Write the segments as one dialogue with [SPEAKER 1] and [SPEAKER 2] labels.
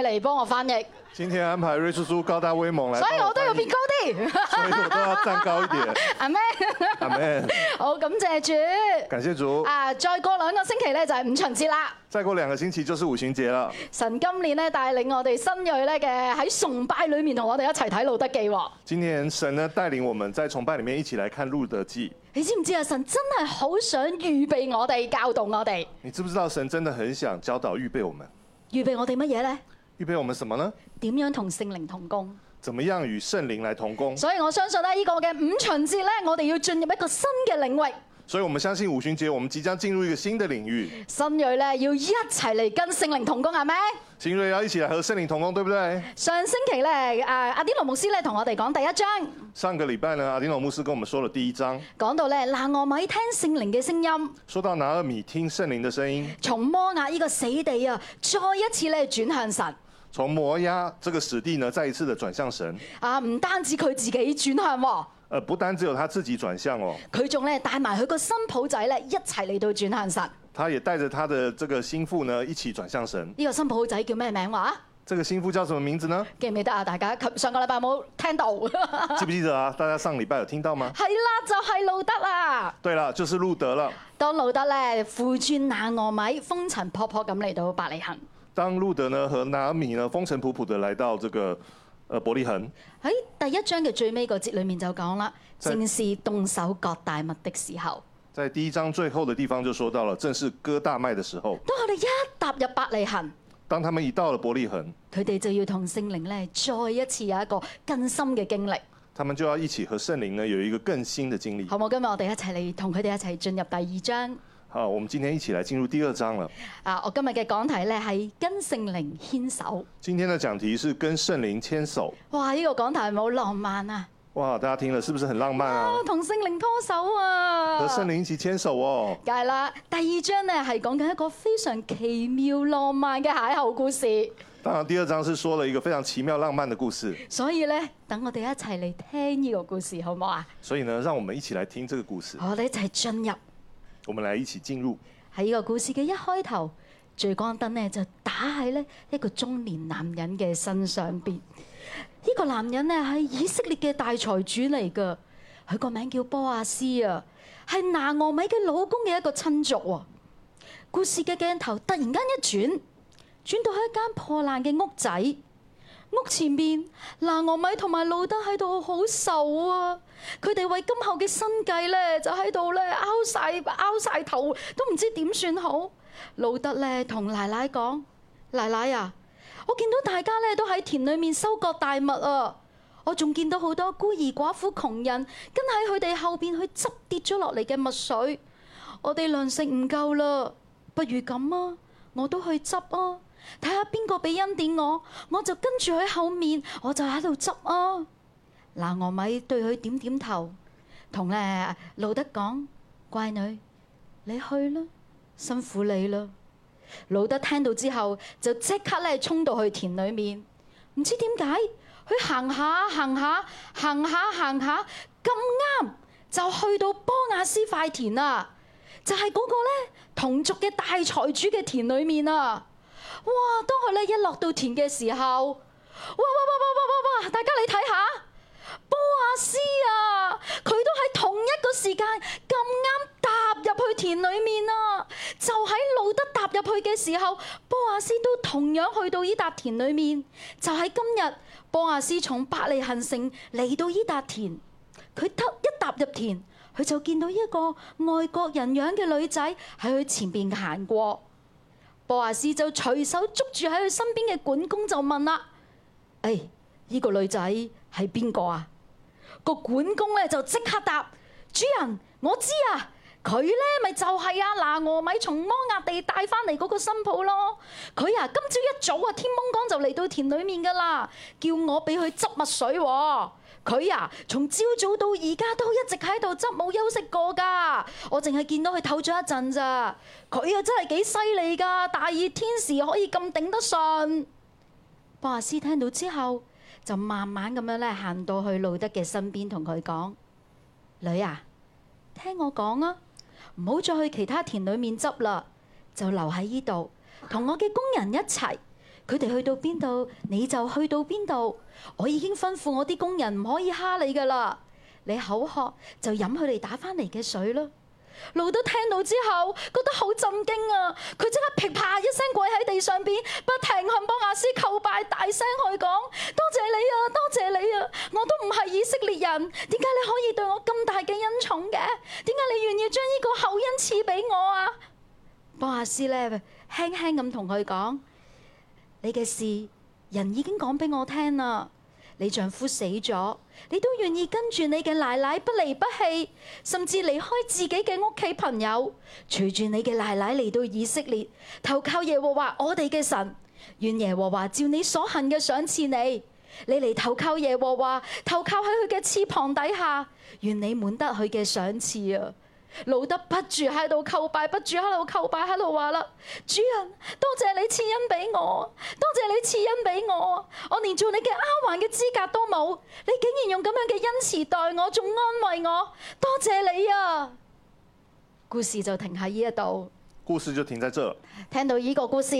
[SPEAKER 1] 嚟幫我翻譯，
[SPEAKER 2] 今天安排瑞叔叔高大威猛来，
[SPEAKER 1] 所以我都要變高，啲。
[SPEAKER 2] 所以我都要站高一點。
[SPEAKER 1] 阿咩？
[SPEAKER 2] 阿 Man，
[SPEAKER 1] 好，感謝主。
[SPEAKER 2] 感謝主。
[SPEAKER 1] 啊，再過兩個星期咧就係五旬節啦。
[SPEAKER 2] 再過兩個星期就是五旬節了。
[SPEAKER 1] 神今年咧帶領我哋新锐咧嘅喺崇拜裏面同我哋一齊睇路德記喎。
[SPEAKER 2] 今天神呢帶領我們在崇拜裡面一起來看《路德記》。
[SPEAKER 1] 你知唔知啊？神真係好想預備我哋，教導我哋。
[SPEAKER 2] 你知不知道神真的很想教導預備我們？
[SPEAKER 1] 預備我哋乜嘢呢？
[SPEAKER 2] 預備我們什麼呢？
[SPEAKER 1] 點樣同聖靈同工？
[SPEAKER 2] 怎麼樣與聖靈來同工？
[SPEAKER 1] 所以我相信咧，呢個嘅五旬節咧，我哋要進入一個新嘅領域。
[SPEAKER 2] 所以我們相信五旬節，我們即將進入一個新的領域。
[SPEAKER 1] 新锐咧要一齊嚟跟聖靈同工，係咪？
[SPEAKER 2] 新锐要一起來和聖靈同工，對不對？
[SPEAKER 1] 上星期咧，誒阿啲羅牧師咧同我哋講第一章，
[SPEAKER 2] 上個禮拜呢，阿丁龍牧師跟我們說了第一章，
[SPEAKER 1] 講到咧拿俄米聽聖靈嘅聲音，
[SPEAKER 2] 說到拿俄米聽聖靈的聲音，
[SPEAKER 1] 從摩亞呢個死地啊，再一次咧轉向神。
[SPEAKER 2] 從摩押這個死地呢，再一次的轉向神。
[SPEAKER 1] 啊，唔單止佢自己轉向喎，
[SPEAKER 2] 呃，不單只有他自己轉向哦，
[SPEAKER 1] 佢仲咧帶埋佢個新抱仔咧一齊嚟到轉向神。
[SPEAKER 2] 他也帶着他的這個心腹呢，一起轉向神。
[SPEAKER 1] 呢、個新抱仔叫咩名話？
[SPEAKER 2] 這個心腹叫什麼名字呢？
[SPEAKER 1] 記唔記得啊？大家及上個禮拜有冇聽到？ 係
[SPEAKER 2] 記不記得啊？大家上禮拜有聽到嗎？
[SPEAKER 1] 啦，就係、路德啦。
[SPEAKER 2] 對了，就是路德了。
[SPEAKER 1] 當路德咧扶住那俄米，風塵仆仆咁嚟到伯利恆。
[SPEAKER 2] 當路德呢和拿俄米呢風塵仆仆的來到這個呃伯利恆，
[SPEAKER 1] 喺第一章嘅最尾個節裏面就講啦，
[SPEAKER 2] 就係
[SPEAKER 1] 正是動手割大麥的時候。
[SPEAKER 2] 在第一章最後的地方就說到了，正是割大麥的時候。
[SPEAKER 1] 當佢哋一踏入伯利恆，
[SPEAKER 2] 當他們一到了伯利恆，
[SPEAKER 1] 佢哋就要同聖靈咧再一次有一個更深嘅經歷，
[SPEAKER 2] 他們就要一起和聖靈呢有一個更新的經歷。
[SPEAKER 1] 好冇？今日我哋一齊嚟同佢哋一齊進入第二章。
[SPEAKER 2] 好，我們今天一起來進入第二章了。
[SPEAKER 1] 啊，我今日嘅講題咧係跟聖靈牽手。
[SPEAKER 2] 今天的講題是跟聖靈牽手。
[SPEAKER 1] 哇！呢、個講題係咪好浪漫啊？
[SPEAKER 2] 哇，大家聽了是不是很浪漫啊
[SPEAKER 1] 啊？，同聖靈拖手啊！
[SPEAKER 2] 和聖靈一起牽手哦。
[SPEAKER 1] 梗係啦，第二章咧係講緊一個非常奇妙浪漫嘅邂逅故事，
[SPEAKER 2] 當然，第二章是說了一個非常奇妙浪漫的故事，
[SPEAKER 1] 所以咧，等我哋一齊嚟聽呢個故事，好唔好啊？
[SPEAKER 2] 所以呢，讓我們一起來聽這個故事。
[SPEAKER 1] 我哋一齊進入
[SPEAKER 2] 我們來一起進入。
[SPEAKER 1] 喺呢個故事嘅一開頭，聚光燈咧就打喺咧一個中年男人嘅身上邊。呢、個男人咧係以色列嘅大財主嚟㗎，佢個名叫波亞斯啊，係拿俄米嘅老公嘅一個親族喎。故事嘅鏡頭突然間一轉，轉到喺一間破爛嘅屋仔。屋前面，拿俄米同埋路德喺度好愁啊！佢哋為今後嘅生計咧，就喺度咧拗晒拗晒頭，都唔知點算好。路德咧同奶奶講：奶奶啊，我見到大家咧都喺田裏面收割大麥啊！我仲見到好多孤兒寡婦窮人跟喺佢哋後邊去執跌咗落嚟嘅麥穗。我哋糧食唔夠啦，不如咁啊，我都去執啊，睇下邊個俾恩典我，我就跟住佢後面，我就喺度執啊。嗱，俄米對佢點點頭，同咧路德講：乖女，你去啦，辛苦你啦。路德聽到之後，就即刻咧衝到去田裏面，唔知點解佢行下行下行下行下咁啱，就去到波亞斯塊田啊啦。就係嗰個咧同族嘅大財主嘅田裏面啊！哇，當佢咧一落到田嘅時候，哇哇哇哇哇哇哇！大家你睇下，波亞斯啊，佢都喺同一個時間咁啱踏入去田裏面啊！就喺路德踏入去嘅時候，波亞斯都同樣去到呢笪田裏面。就喺今日，波亞斯從百利行城嚟到呢笪田。佢得一踏入田，佢就見到一個外國人樣嘅女仔喺佢前邊行過。波亞斯就隨手捉住喺佢身邊嘅管工就問啦：，誒、呢、個女仔係邊個啊？個管工咧就即刻答：主人，我知啊，佢咧咪就係啊拿俄米從摩押地帶翻嚟嗰個新抱咯。佢啊今朝一早啊天蒙光就嚟到田裡面噶啦，叫我俾佢執墨水喎。佢啊，從朝早到而家都一直喺度執，冇休息過㗎。我淨係見到佢唞咗一陣咋。佢啊真係幾犀利㗎，大熱天時可以咁頂得順。博亞斯聽到之後，就慢慢咁樣咧行到去路德嘅身邊，同佢講：女啊，聽我講啊，唔好再去其他田裏面執啦，就留喺呢度，同我嘅工人一齊。佢哋去到邊度，你就去到邊度。我已經吩咐我啲工人唔可以蝦你噶啦，你口渴就飲佢哋打翻嚟嘅水啦。路德聽到之後覺得好震驚啊！佢即刻噼啪一聲跪喺地上邊，不停向波亞斯叩拜，大聲去講：多謝你啊，多謝你啊！我都唔係以色列人，點解你可以對我咁大嘅恩寵嘅？點解你願意將呢個厚恩賜俾我啊？波亞斯咧輕輕咁同佢講：你嘅事人已經講俾我聽啦。你丈夫死咗，你都願意跟住你嘅奶奶不離不棄，甚至離開自己嘅屋企朋友，隨住你嘅奶奶嚟到以色列，投靠耶和華我哋嘅神。願耶和華照你所行嘅賞賜你。你嚟投靠耶和華，投靠喺佢嘅翅膀底下，願你滿得佢嘅賞賜啊！路得不住喺度叩拜，不住喺度叩拜，喺度話啦：主人，多謝你賜恩俾我，多謝你賜恩俾我，我連做你嘅丫鬟嘅資格都冇，你竟然用咁樣嘅恩慈待我，仲安慰我，多謝你啊！故事就停喺呢一度。
[SPEAKER 2] 故事就停在这。
[SPEAKER 1] 聽到呢個故事，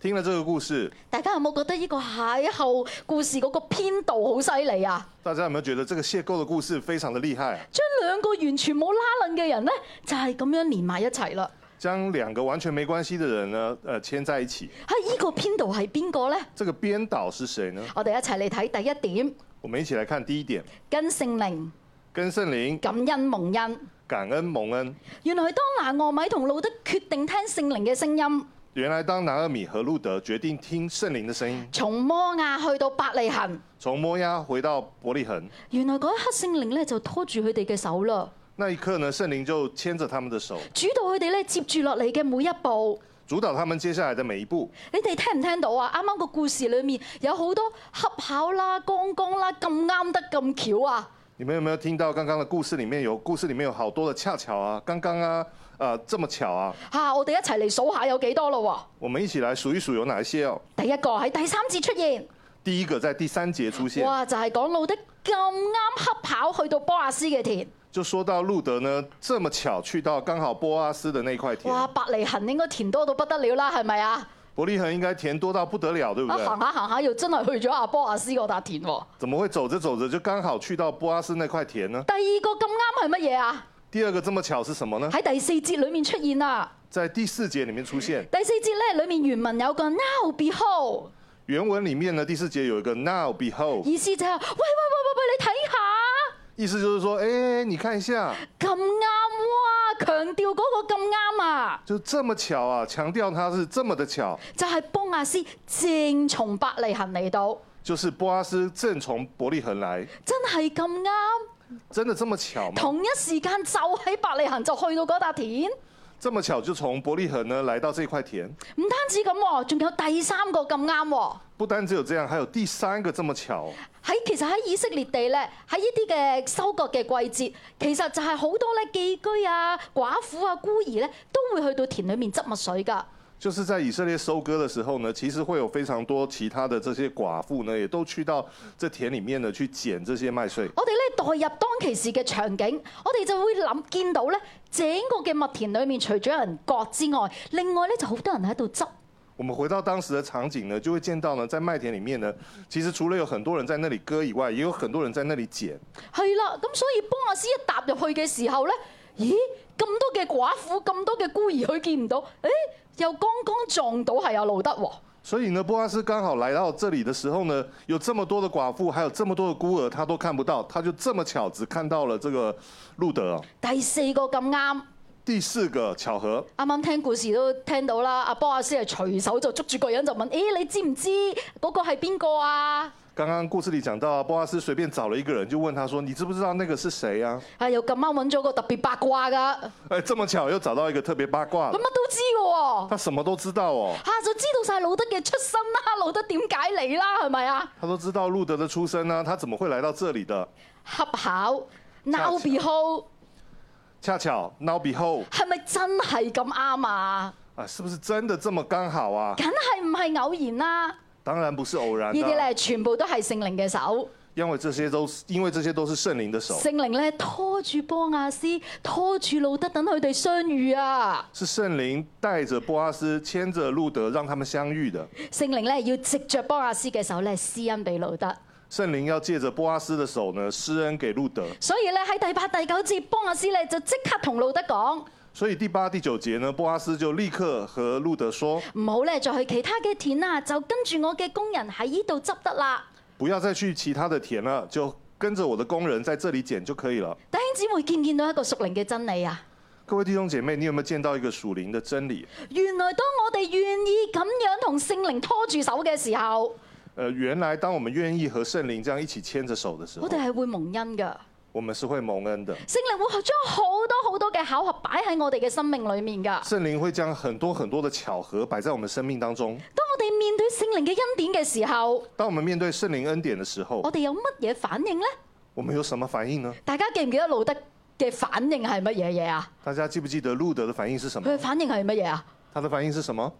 [SPEAKER 2] 听了这个故事，
[SPEAKER 1] 大家有冇覺得呢個邂逅故事嗰個編導好犀利啊？
[SPEAKER 2] 大家有没有觉得这个邂逅的故事非常的厉害？啊
[SPEAKER 1] 將兩個完全冇拉楞嘅人呢，就係咁樣連埋一齊啦。
[SPEAKER 2] 将两个完全没关系的人呢，呃，牵在一起。
[SPEAKER 1] 喺啊呢個編導係邊個呢？
[SPEAKER 2] 这个编导是谁呢？
[SPEAKER 1] 我哋一齊嚟睇第一點，
[SPEAKER 2] 我们一起来看第一点，
[SPEAKER 1] 跟聖靈
[SPEAKER 2] 跟圣灵
[SPEAKER 1] 感恩蒙恩。
[SPEAKER 2] 感恩蒙恩。
[SPEAKER 1] 原來當拿俄米同路德決定聽聖靈嘅聲音，
[SPEAKER 2] 原来当拿俄米和路德决定听圣灵的声音，
[SPEAKER 1] 從摩亞去到伯利恒，
[SPEAKER 2] 从摩押回到伯利恒，
[SPEAKER 1] 原來嗰一刻聖靈咧就拖住佢哋嘅手啦，
[SPEAKER 2] 那一刻呢，圣灵就牵着他们的手，
[SPEAKER 1] 主導佢哋咧接住落嚟嘅每一步。
[SPEAKER 2] 主导他们接下来的每一步。
[SPEAKER 1] 你哋聽唔聽到啊？啱啱個故事裡面有好多恰巧啦、剛剛啦、咁啱得咁巧啊！
[SPEAKER 2] 你们有没有听到刚刚的故事里面有故事里面有好多的恰巧啊，刚刚啊，呃，这么巧啊，
[SPEAKER 1] 嚇、我哋一齊嚟數下有幾多咯
[SPEAKER 2] 我们一起来数一数有哪一些哦。
[SPEAKER 1] 喎！第一個喺第三節出現。
[SPEAKER 2] 第一个在第三节出现，
[SPEAKER 1] 哇！就係講路得咁啱恰跑去到波亞斯嘅田，
[SPEAKER 2] 就说到路德呢这么巧去到刚好波阿斯的那块田，
[SPEAKER 1] 哇！百利行應該田多到不得了啦，係咪啊？
[SPEAKER 2] 伯利恒应该田多到不得了，对不
[SPEAKER 1] 啊
[SPEAKER 2] 对？
[SPEAKER 1] 行下行下又真係去咗阿波亞斯嗰笪田喎。
[SPEAKER 2] 怎么会走着走着就刚好去到波阿斯那块田呢？
[SPEAKER 1] 第二個咁啱係乜嘢啊？
[SPEAKER 2] 第二个这么巧是什么呢？
[SPEAKER 1] 喺第四節裡面出現啦。
[SPEAKER 2] 在第四节里面出现，
[SPEAKER 1] 第四節咧，裡面原文有個 now behold，
[SPEAKER 2] 原文里面呢第四节有一个 now behold，
[SPEAKER 1] 意思就係、喂喂喂喂喂，你睇下
[SPEAKER 2] 意思就是说，哎，你看一下，
[SPEAKER 1] 咁啱哇！強調嗰個咁啱啊，
[SPEAKER 2] 就这么巧啊，强调它是这么的巧，
[SPEAKER 1] 就係、波亞斯正從百利行嚟到，
[SPEAKER 2] 就是波阿斯正从伯利恒来，
[SPEAKER 1] 真係咁啱。
[SPEAKER 2] 真的这么巧吗？
[SPEAKER 1] 同一時間就喺百利行就去到嗰笪田。
[SPEAKER 2] 这么巧就从伯利恒呢来到这块田，
[SPEAKER 1] 唔單止咁喎，仲有第三個咁啱喎。
[SPEAKER 2] 不单只有这样，还有第三个这么巧哦，
[SPEAKER 1] 喺其實喺以色列地咧，喺呢啲嘅收割嘅季節，其實就係好多咧寄居啊、寡婦啊、孤兒咧，都會去到田裏面執麥穗㗎。
[SPEAKER 2] 就是在以色列收割的时候呢，其实会有非常多其他的这些寡妇呢，也都去到这田里面呢去捡这些麦穗。
[SPEAKER 1] 我哋咧代入當其時嘅場景，我哋就會諗見到咧，整個嘅麥田裏面，除咗有人割之外，另外咧就好多人喺度執。
[SPEAKER 2] 我们回到当时的场景呢，就会见到呢，在麦田里面呢，其实除了有很多人在那里割以外，也有很多人在那里捡。
[SPEAKER 1] 係啦，咁所以波亞斯一踏入去嘅時候咧，咦咁多嘅寡婦，咁多嘅孤兒，佢見唔到，誒又剛剛撞到係阿路德喎。
[SPEAKER 2] 所以呢，波阿斯刚好来到这里的时候呢，有这么多的寡妇，还有这么多的孤儿，他都看不到，他就这么巧只看到了这个路德哦。
[SPEAKER 1] 第四個咁啱，
[SPEAKER 2] 第四个巧合，
[SPEAKER 1] 啱啱聽故事都聽到啦。阿波亞斯係隨手就捉住個人就問：，咦、你知唔知嗰個係邊個啊？
[SPEAKER 2] 刚刚故事里讲到啊，波阿斯随便找了一个人，就问他说：“你知不知道那个是谁啊
[SPEAKER 1] 啊，又咁啱揾咗個特別八卦㗎，佢？”
[SPEAKER 2] 哎，这么巧又找到一个特别八卦的
[SPEAKER 1] 乜，都知嘅喎、
[SPEAKER 2] 他什么都知道哦，
[SPEAKER 1] 嚇、就知道晒路德嘅出身啦， 路德點解嚟啦，係咪啊？
[SPEAKER 2] 他都知道路德的出身呢、啊他怎么会来到这里的？
[SPEAKER 1] 恰巧 now
[SPEAKER 2] 恰巧
[SPEAKER 1] behold，
[SPEAKER 2] 恰巧 now behold
[SPEAKER 1] 係咪真係咁啱啊？
[SPEAKER 2] 啊，是不是真的这么刚好啊？
[SPEAKER 1] 梗係唔係偶然啦、啊
[SPEAKER 2] 当然不是偶然
[SPEAKER 1] 呢啲
[SPEAKER 2] 的啊、
[SPEAKER 1] 咧全部都係聖靈嘅手，
[SPEAKER 2] 因為這些都是因為這些都是聖靈的手，
[SPEAKER 1] 聖靈咧拖住波亞斯，拖住路德，等佢哋相遇啊！
[SPEAKER 2] 是聖靈帶着波阿斯牽着路德，讓他們相遇的。
[SPEAKER 1] 聖靈咧要藉着波亞斯嘅手咧施恩俾路德。
[SPEAKER 2] 聖靈要借着波阿斯的手呢，施恩給路德。
[SPEAKER 1] 所以咧喺第八、第九節，波亞斯咧就即刻同路德講：
[SPEAKER 2] 所以第八、第九節呢，波阿斯就立刻和路德說
[SPEAKER 1] 唔好咧再去其他嘅田啦，就跟住我嘅工人喺呢度執得啦。：“
[SPEAKER 2] 不要再去其他的田了，就跟着我的工人在這裡捡就可以了。
[SPEAKER 1] 弟兄姊妹見唔見到一個屬靈嘅真理啊？”
[SPEAKER 2] 各位弟兄姐妹，你有沒有見到一個屬靈的真理？
[SPEAKER 1] 原來當我哋願意咁樣同聖靈拖住手嘅時候，
[SPEAKER 2] 呃，原來當我們願意和聖靈這樣一起牽着手的時候
[SPEAKER 1] 我，哋係會蒙恩㗎。
[SPEAKER 2] 我們是會蒙恩的。
[SPEAKER 1] 聖靈會將好多好多嘅巧合擺喺我哋嘅生命裏面㗎。
[SPEAKER 2] 聖靈會將很多很多的巧合擺在我們生命當中。
[SPEAKER 1] 當我哋面對聖靈嘅恩典嘅時候，
[SPEAKER 2] 當我們面對聖靈恩典的時候
[SPEAKER 1] 我，哋有乜嘢反應呢？
[SPEAKER 2] 我們有什麼反應呢？
[SPEAKER 1] 大家記唔記得路德嘅反應係乜嘢嘢啊？
[SPEAKER 2] 大家記不記得路德的反應是什
[SPEAKER 1] 佢嘅
[SPEAKER 2] 麼？
[SPEAKER 1] 反應係乜嘢啊？
[SPEAKER 2] 他的反應是什麼？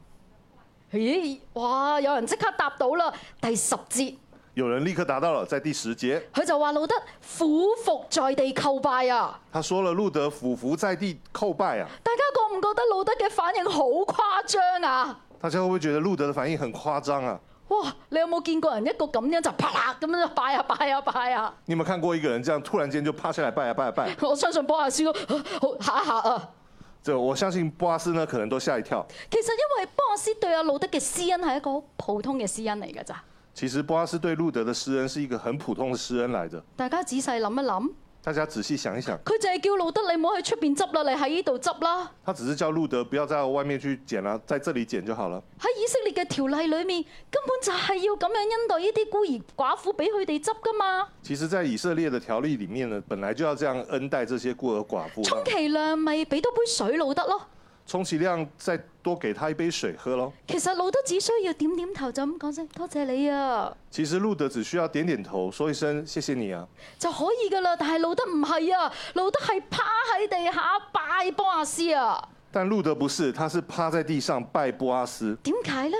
[SPEAKER 1] 咦，哇！有人即刻答到啦，第十節
[SPEAKER 2] 有人立刻答到了，在第十節，
[SPEAKER 1] 佢就話路德俯伏在地叩拜啊！
[SPEAKER 2] 他說了：“路德俯伏在地叩拜啊！”
[SPEAKER 1] 大家覺唔覺得路德嘅反應好誇張啊？
[SPEAKER 2] 大家會不會覺得路德的反應很誇張啊？
[SPEAKER 1] 哇！你有冇見過人一個咁樣就啪啦咁樣就拜啊拜啊拜啊？
[SPEAKER 2] 你有沒有看過一個人這樣突然間就趴下來拜啊拜啊拜？
[SPEAKER 1] 我相信波亞斯都 好嚇一嚇啊！
[SPEAKER 2] 這我相信波阿斯呢可能都嚇一跳。
[SPEAKER 1] 其實因為波亞斯對阿路德嘅施恩係一個好普通嘅施恩嚟㗎咋，
[SPEAKER 2] 其實波阿斯對路德的施恩是一個很普通的施恩來的。
[SPEAKER 1] 大家仔細諗一諗，
[SPEAKER 2] 大家仔細想一想，
[SPEAKER 1] 佢就係叫路德你唔好喺出邊執啦，你喺呢度執啦。
[SPEAKER 2] 他只是叫路德不要在外面去捡了、啊在這裡捡就好了。
[SPEAKER 1] 喺以色列嘅條例裏面，根本就係要咁樣恩待呢啲孤兒寡婦，俾佢哋執㗎嘛。
[SPEAKER 2] 其實，在以色列的條例裡面呢，本來就要這樣恩待這些孤兒寡婦，
[SPEAKER 1] 充其量咪俾多杯水路德咯。
[SPEAKER 2] 充其量再多給他一杯水喝咯。
[SPEAKER 1] 其實路德只需要點點頭就咁講聲多謝你啊，
[SPEAKER 2] 其實路德只需要點點頭，說一聲謝謝你啊。
[SPEAKER 1] 就可以㗎啦。但係路德唔係啊，路德係趴喺地下拜波亞斯啊。
[SPEAKER 2] 但路德不是，他是趴在地上拜波阿斯，
[SPEAKER 1] 點解呢？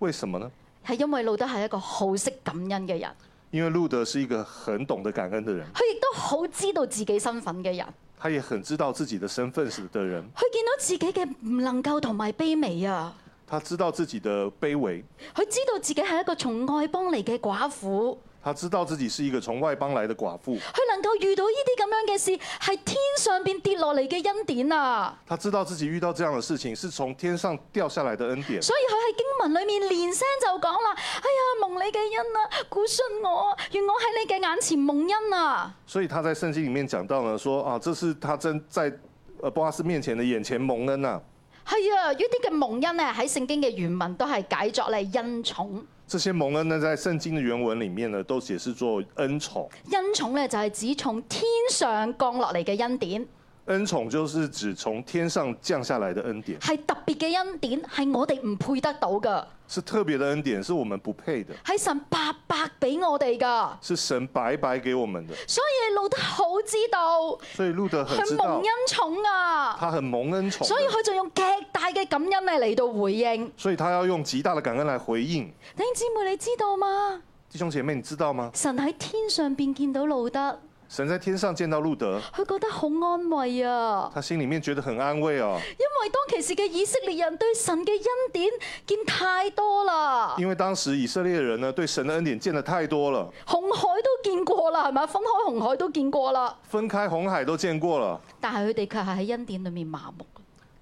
[SPEAKER 2] 為什麼呢？
[SPEAKER 1] 係因為路德係一個好識感恩嘅人。
[SPEAKER 2] 因為路德是一個很懂得感恩的人，
[SPEAKER 1] 佢亦都好知道自己身份嘅人，
[SPEAKER 2] 他也很知道自己的身份是的人，
[SPEAKER 1] 佢見到自己嘅唔能夠同埋卑微啊！
[SPEAKER 2] 他知道自己的卑微，
[SPEAKER 1] 佢知道自己係一個從外邦嚟嘅寡婦，
[SPEAKER 2] 他知道自己是一個從外邦來的寡婦，
[SPEAKER 1] 佢能夠遇到呢啲咁樣嘅事，係天上邊跌落嚟嘅恩典啊！
[SPEAKER 2] 他知道自己遇到這樣的事情是從天上掉下來的恩典，
[SPEAKER 1] 所以佢喺經文裏面連聲就講啦：哎呀，蒙你嘅恩啊，顧恤我啊，願我喺你嘅眼前蒙恩啊！
[SPEAKER 2] 所以他在聖經裡面講到呢，說啊，這是他真在呃波阿斯面前的眼前蒙恩啊，
[SPEAKER 1] 係啊，呢啲嘅蒙恩咧喺聖經嘅原文都係解作咧恩寵，
[SPEAKER 2] 這些蒙恩呢，在聖經的原文裡面呢，都解釋作恩寵，
[SPEAKER 1] 恩寵咧就係指從天上降落嚟嘅恩典。
[SPEAKER 2] 恩寵就是指從天上降下來的恩典，
[SPEAKER 1] 係特別嘅恩典，係我哋唔配得到噶，
[SPEAKER 2] 是特別的恩典，是我們不配的。
[SPEAKER 1] 係神白白俾我哋噶。
[SPEAKER 2] 是神白白給我們的，
[SPEAKER 1] 所以路德好知道，
[SPEAKER 2] 所以路德很知
[SPEAKER 1] 佢蒙
[SPEAKER 2] 道
[SPEAKER 1] 恩，寵啊，
[SPEAKER 2] 他很蒙恩寵的，
[SPEAKER 1] 所以佢就用極大嘅感恩咧嚟到回應。
[SPEAKER 2] 所以他要用极大的感恩來回應。
[SPEAKER 1] 弟兄姊妹，你知道嗎？
[SPEAKER 2] 弟兄姐妹，你知道嗎？
[SPEAKER 1] 神喺天上邊見到路德，
[SPEAKER 2] 神在天上見到路德，
[SPEAKER 1] 佢覺得好安慰啊，
[SPEAKER 2] 他心裡面覺得很安慰哦，
[SPEAKER 1] 因為當其時嘅以色列人對神嘅恩典見太多啦，
[SPEAKER 2] 因為當時以色列人呢對神的恩典見得太多了，
[SPEAKER 1] 紅海都見過啦，係咪？分開紅海都見過啦，
[SPEAKER 2] 分開紅海都見過了，
[SPEAKER 1] 但係佢哋卻係喺恩典裏面麻木。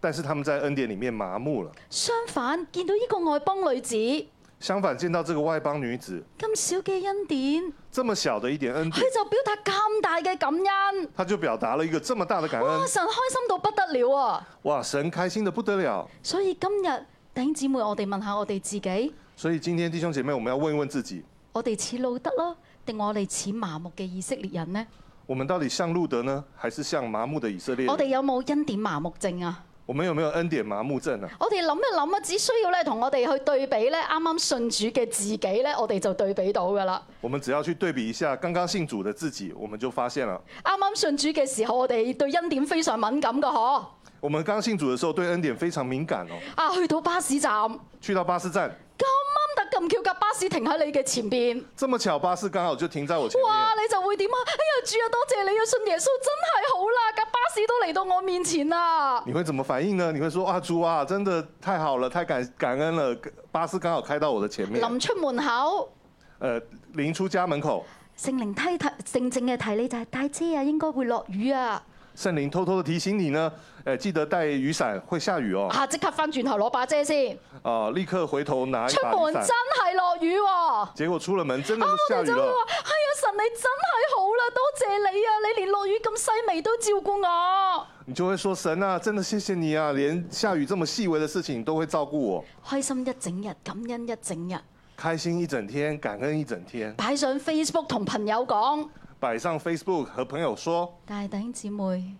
[SPEAKER 2] 但是他們在恩典裡面麻木了。
[SPEAKER 1] 相反，見到呢個外邦女子咁
[SPEAKER 2] 相反，見到這個外邦女子
[SPEAKER 1] 少嘅恩典，
[SPEAKER 2] 這麼小的一點恩典，
[SPEAKER 1] 佢就表達咁大嘅感恩。
[SPEAKER 2] 他就表達了一個這麼大的感
[SPEAKER 1] 哇！
[SPEAKER 2] 恩，
[SPEAKER 1] 神開心到不得了啊！
[SPEAKER 2] 哇，神開心得不得了。
[SPEAKER 1] 所以今日弟兄姊妹，我哋問下我哋自己，
[SPEAKER 2] 所以今天弟兄姐妹，我們要問一問自己，
[SPEAKER 1] 我哋似路德啦，定我哋似麻木嘅以色列人呢？
[SPEAKER 2] 我們到底像路德呢，還是像麻木的以色列人？
[SPEAKER 1] 我哋有冇恩典麻木症啊？
[SPEAKER 2] 我們有沒有恩典麻木症啊？
[SPEAKER 1] 我哋諗一諗啊，只需要咧同我哋去對比咧，啱啱信主嘅自己咧，我哋就對比到噶啦。
[SPEAKER 2] 我們只要去對比一下剛剛信主的自己，我們就發現了，
[SPEAKER 1] 啱啱信主嘅時候，我哋對恩典非常敏感噶嗬。
[SPEAKER 2] 我們剛信主的時候對恩典非常敏感哦。
[SPEAKER 1] 啊，去到巴士站。
[SPEAKER 2] 去到巴士站，
[SPEAKER 1] 咁啱得咁巧架巴士停喺你嘅前邊，
[SPEAKER 2] 这么巧，巴士刚好就停在我前面
[SPEAKER 1] 哇！。你就會點啊？哎呀，主啊，多謝你啊！信耶穌真係好啦，架巴士都嚟到我面前啦。
[SPEAKER 2] 你会怎么反应呢？你会说：“哇，主啊，真的太好了，太感感恩了，巴士刚好开到我的前面。
[SPEAKER 1] 臨出門口，”
[SPEAKER 2] 呃，临出家门口，
[SPEAKER 1] 聖靈梯提靜靜嘅提你就係帶遮啊，應該會落雨啊。
[SPEAKER 2] 圣灵偷偷的提醒你呢，呃，记得带雨伞，会下雨哦。
[SPEAKER 1] 啊！即刻翻轉頭攞把遮先，
[SPEAKER 2] 啊、立刻回头拿一
[SPEAKER 1] 出
[SPEAKER 2] 把
[SPEAKER 1] 門
[SPEAKER 2] 雨
[SPEAKER 1] 真
[SPEAKER 2] 伞。
[SPEAKER 1] 係落雨喎。
[SPEAKER 2] 结果出了门，真的
[SPEAKER 1] 啊！
[SPEAKER 2] 是
[SPEAKER 1] 我
[SPEAKER 2] 下
[SPEAKER 1] 哋
[SPEAKER 2] 雨
[SPEAKER 1] 就會
[SPEAKER 2] 了。
[SPEAKER 1] 話：哎呀，神你真係好啦，多謝你啊！你連落雨咁細微都照顧我，
[SPEAKER 2] 你就会说：“神啊，真的谢谢你啊，连下雨这么细微的事情都会照顾我，
[SPEAKER 1] 開心一整日，感恩一整日，
[SPEAKER 2] 开心一整天，感恩一整天。
[SPEAKER 1] 擺上 Facebook 同朋友講。”
[SPEAKER 2] 摆上 Facebook 和朋友说。
[SPEAKER 1] 但係弟兄姊妹，呢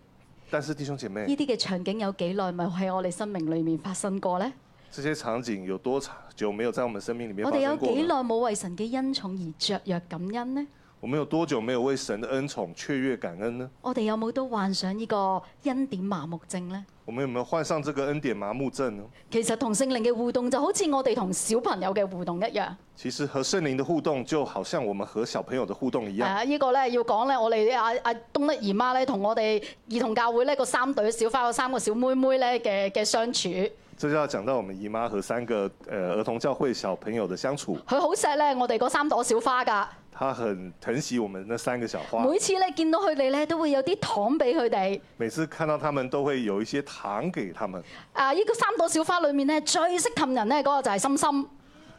[SPEAKER 2] 但是弟兄姐妹，
[SPEAKER 1] 啲嘅場景有幾耐咪喺我哋生命裏面發生過呢？
[SPEAKER 2] 这些场景有多长久没有在我们生命里面
[SPEAKER 1] 我
[SPEAKER 2] 发
[SPEAKER 1] 哋有
[SPEAKER 2] 生过
[SPEAKER 1] 幾
[SPEAKER 2] 呢？
[SPEAKER 1] 耐冇為神嘅恩寵而雀躍感恩呢？
[SPEAKER 2] 我们有多久没有为神的恩宠雀跃感恩呢？
[SPEAKER 1] 我哋有冇都患上呢個恩典麻木症呢？
[SPEAKER 2] 我们有没有患上这个恩典麻木症呢？
[SPEAKER 1] 其實同聖靈嘅互動就好似我哋同小朋友嘅互動一樣。
[SPEAKER 2] 其实和圣灵的互动，就好像我们和小朋友的互动一
[SPEAKER 1] 係
[SPEAKER 2] 样。
[SPEAKER 1] 啊，依個咧要講咧，我哋阿阿東德姨媽咧同我哋兒童教會咧個三隊小花有三個小妹妹咧嘅嘅相處，佢
[SPEAKER 2] 这就要讲到我们姨妈和三个呃儿童教会小朋友的相处，
[SPEAKER 1] 好錫咧我哋嗰三朵小花㗎。
[SPEAKER 2] 她很疼惜我们那三个小花，
[SPEAKER 1] 每次咧見到佢哋咧都會有啲糖俾佢哋。
[SPEAKER 2] 每次看到他们都会有一些糖给他们。
[SPEAKER 1] 啊！依個三朵小花裏面咧最識氹人咧嗰個就係心心。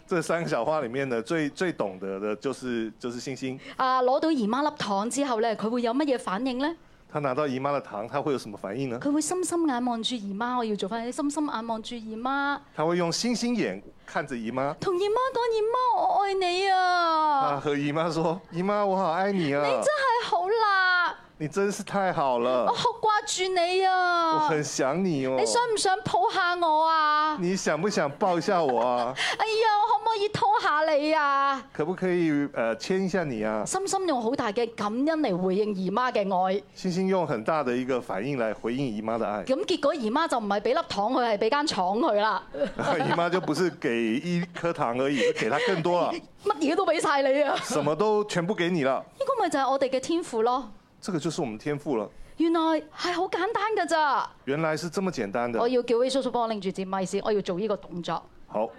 [SPEAKER 2] 这三个小花里面呢，最最懂得的就是就是星星，
[SPEAKER 1] 啊！攞到姨媽粒糖之後咧，佢會有乜嘢反應咧？
[SPEAKER 2] 她拿到姨妈的糖，她会有什么反应呢？
[SPEAKER 1] 佢會深深眼望住姨媽，我要做翻啲深深眼望住姨媽，
[SPEAKER 2] 她会用星星眼看着姨妈，
[SPEAKER 1] 同姨媽講：姨媽，我愛你啊！
[SPEAKER 2] 她和姨妈说：“姨妈，我好愛你啊，
[SPEAKER 1] 你真係好啦！
[SPEAKER 2] 你真是太好
[SPEAKER 1] 我
[SPEAKER 2] 了，
[SPEAKER 1] 好掛住你
[SPEAKER 2] 我
[SPEAKER 1] 啊！
[SPEAKER 2] 很想你哦。
[SPEAKER 1] 你想唔想抱下我啊？
[SPEAKER 2] 你想不想抱一下我啊？
[SPEAKER 1] 哎呀，我可唔可以拖下你啊？
[SPEAKER 2] 可不可以呃牵一下你啊？”
[SPEAKER 1] 深深用好大嘅感恩嚟回應姨媽嘅愛，
[SPEAKER 2] 星星用很大的一个反应来回應姨媽 的愛，
[SPEAKER 1] 咁結果姨媽就唔係俾粒糖佢，係俾間廠佢啦，
[SPEAKER 2] 姨媽就不是給一顆糖而已，是給她 更多了，
[SPEAKER 1] 乜嘢都俾晒 你啊！
[SPEAKER 2] 什么都全部給你了，
[SPEAKER 1] 呢個咪就係我哋嘅天賦咯。
[SPEAKER 2] 這個就是我們天賦了。
[SPEAKER 1] 原來係好簡單㗎咋！
[SPEAKER 2] 原來是這麼簡單
[SPEAKER 1] 我
[SPEAKER 2] 的。
[SPEAKER 1] 要叫 A 叔叔幫我拎住支咪先，我要做呢個動作。
[SPEAKER 2] 好，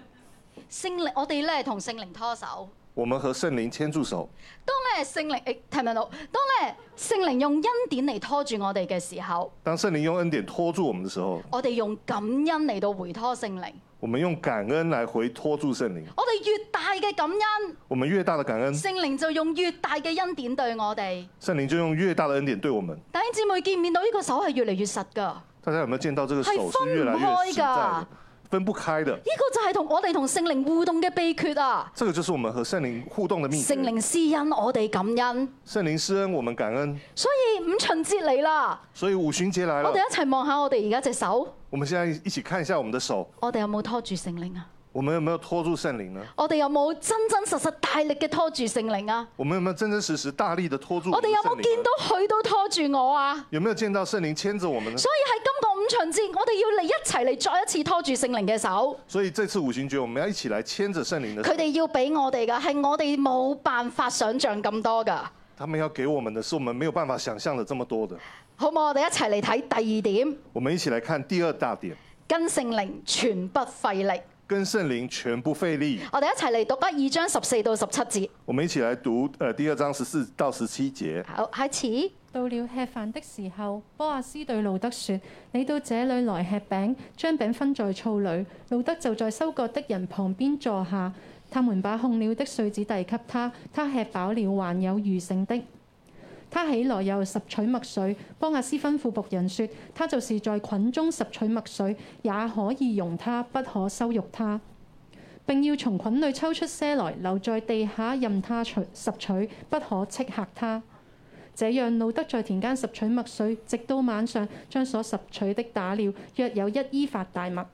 [SPEAKER 1] 聖靈，我哋咧同聖靈拖手。
[SPEAKER 2] 我們和聖靈牽住手。
[SPEAKER 1] 當咧聖靈，誒聽唔聽到？當咧聖靈用恩典嚟拖住我哋嘅時候，
[SPEAKER 2] 當聖靈用恩典拖住我們的時候，
[SPEAKER 1] 我哋用感恩嚟到回拖聖靈。
[SPEAKER 2] 我們用感恩來回拖住聖靈。
[SPEAKER 1] 我哋越大嘅感恩，
[SPEAKER 2] 我們越大的感恩，
[SPEAKER 1] 聖靈就用越大嘅恩典對我哋。
[SPEAKER 2] 聖靈就用越大的恩典對我們。
[SPEAKER 1] 弟兄姊妹見唔見到呢個手係越嚟越實㗎？呢、
[SPEAKER 2] 大家有沒有見到這個手
[SPEAKER 1] 係分
[SPEAKER 2] 是
[SPEAKER 1] 唔
[SPEAKER 2] 越來越
[SPEAKER 1] 開
[SPEAKER 2] 實在
[SPEAKER 1] 㗎
[SPEAKER 2] 的，分不開的？
[SPEAKER 1] 個就係同我哋同聖靈互動嘅秘訣啊！
[SPEAKER 2] 這個就是我們和聖靈互動的秘
[SPEAKER 1] 聖
[SPEAKER 2] 訣。
[SPEAKER 1] 靈施恩，我哋感恩。
[SPEAKER 2] 聖靈施恩，我們感恩。
[SPEAKER 1] 所以五旬節嚟啦，
[SPEAKER 2] 所以五旬節來
[SPEAKER 1] 我
[SPEAKER 2] 了，
[SPEAKER 1] 哋一齊望下我哋而家隻手，
[SPEAKER 2] 我們現在一起看一下我們的手，
[SPEAKER 1] 我哋有冇拖住聖靈啊？
[SPEAKER 2] 我們有沒有拖住聖靈呢？
[SPEAKER 1] 我哋有冇真真實實大力嘅拖住聖靈啊？
[SPEAKER 2] 我們有沒有真真實實大力的拖住
[SPEAKER 1] 我
[SPEAKER 2] 我
[SPEAKER 1] 哋
[SPEAKER 2] 們
[SPEAKER 1] 有
[SPEAKER 2] 的聖
[SPEAKER 1] 冇
[SPEAKER 2] 靈
[SPEAKER 1] 見
[SPEAKER 2] 呢？
[SPEAKER 1] 到佢都拖住我啊？
[SPEAKER 2] 有沒有見到聖靈牽着我們呢？
[SPEAKER 1] 所以喺今個五旬節，我哋要嚟一齊嚟再一次拖住聖靈嘅手。
[SPEAKER 2] 所以這次五旬節，我們要一起來牽着聖靈的手
[SPEAKER 1] 佢。哋要俾我哋嘅係我哋冇辦法想像咁多㗎，
[SPEAKER 2] 他們要給我們的是我們沒有辦法想象的這麼多的。
[SPEAKER 1] 好唔好？我哋一齊嚟睇第二點，
[SPEAKER 2] 我們一起來看第二大點，
[SPEAKER 1] 跟聖靈全不費力。
[SPEAKER 2] 跟聖靈全不費力。
[SPEAKER 1] 我哋一齊嚟讀啊二章十四到十七節。
[SPEAKER 2] 我們一起來讀呃第二章十四到十七節。
[SPEAKER 1] 好，開始。
[SPEAKER 3] 到了吃飯的時候，波亞斯對路德說：你到這裏來吃餅，將餅分在醋裏。路德就在收割的人旁邊坐下。他們把控了的穗子遞給他，他吃飽了，還有餘剩的。他起來又拾取麥穗。波亞斯吩咐僕人說：他就是在捆中拾取麥穗，也可以容他，不可羞辱他。並要從捆裏抽出些來，留在地下任他取拾取，不可斥嚇他。這樣路德在田間拾取麥穗，直到晚上，將所拾取的打了，約有一依法大麥。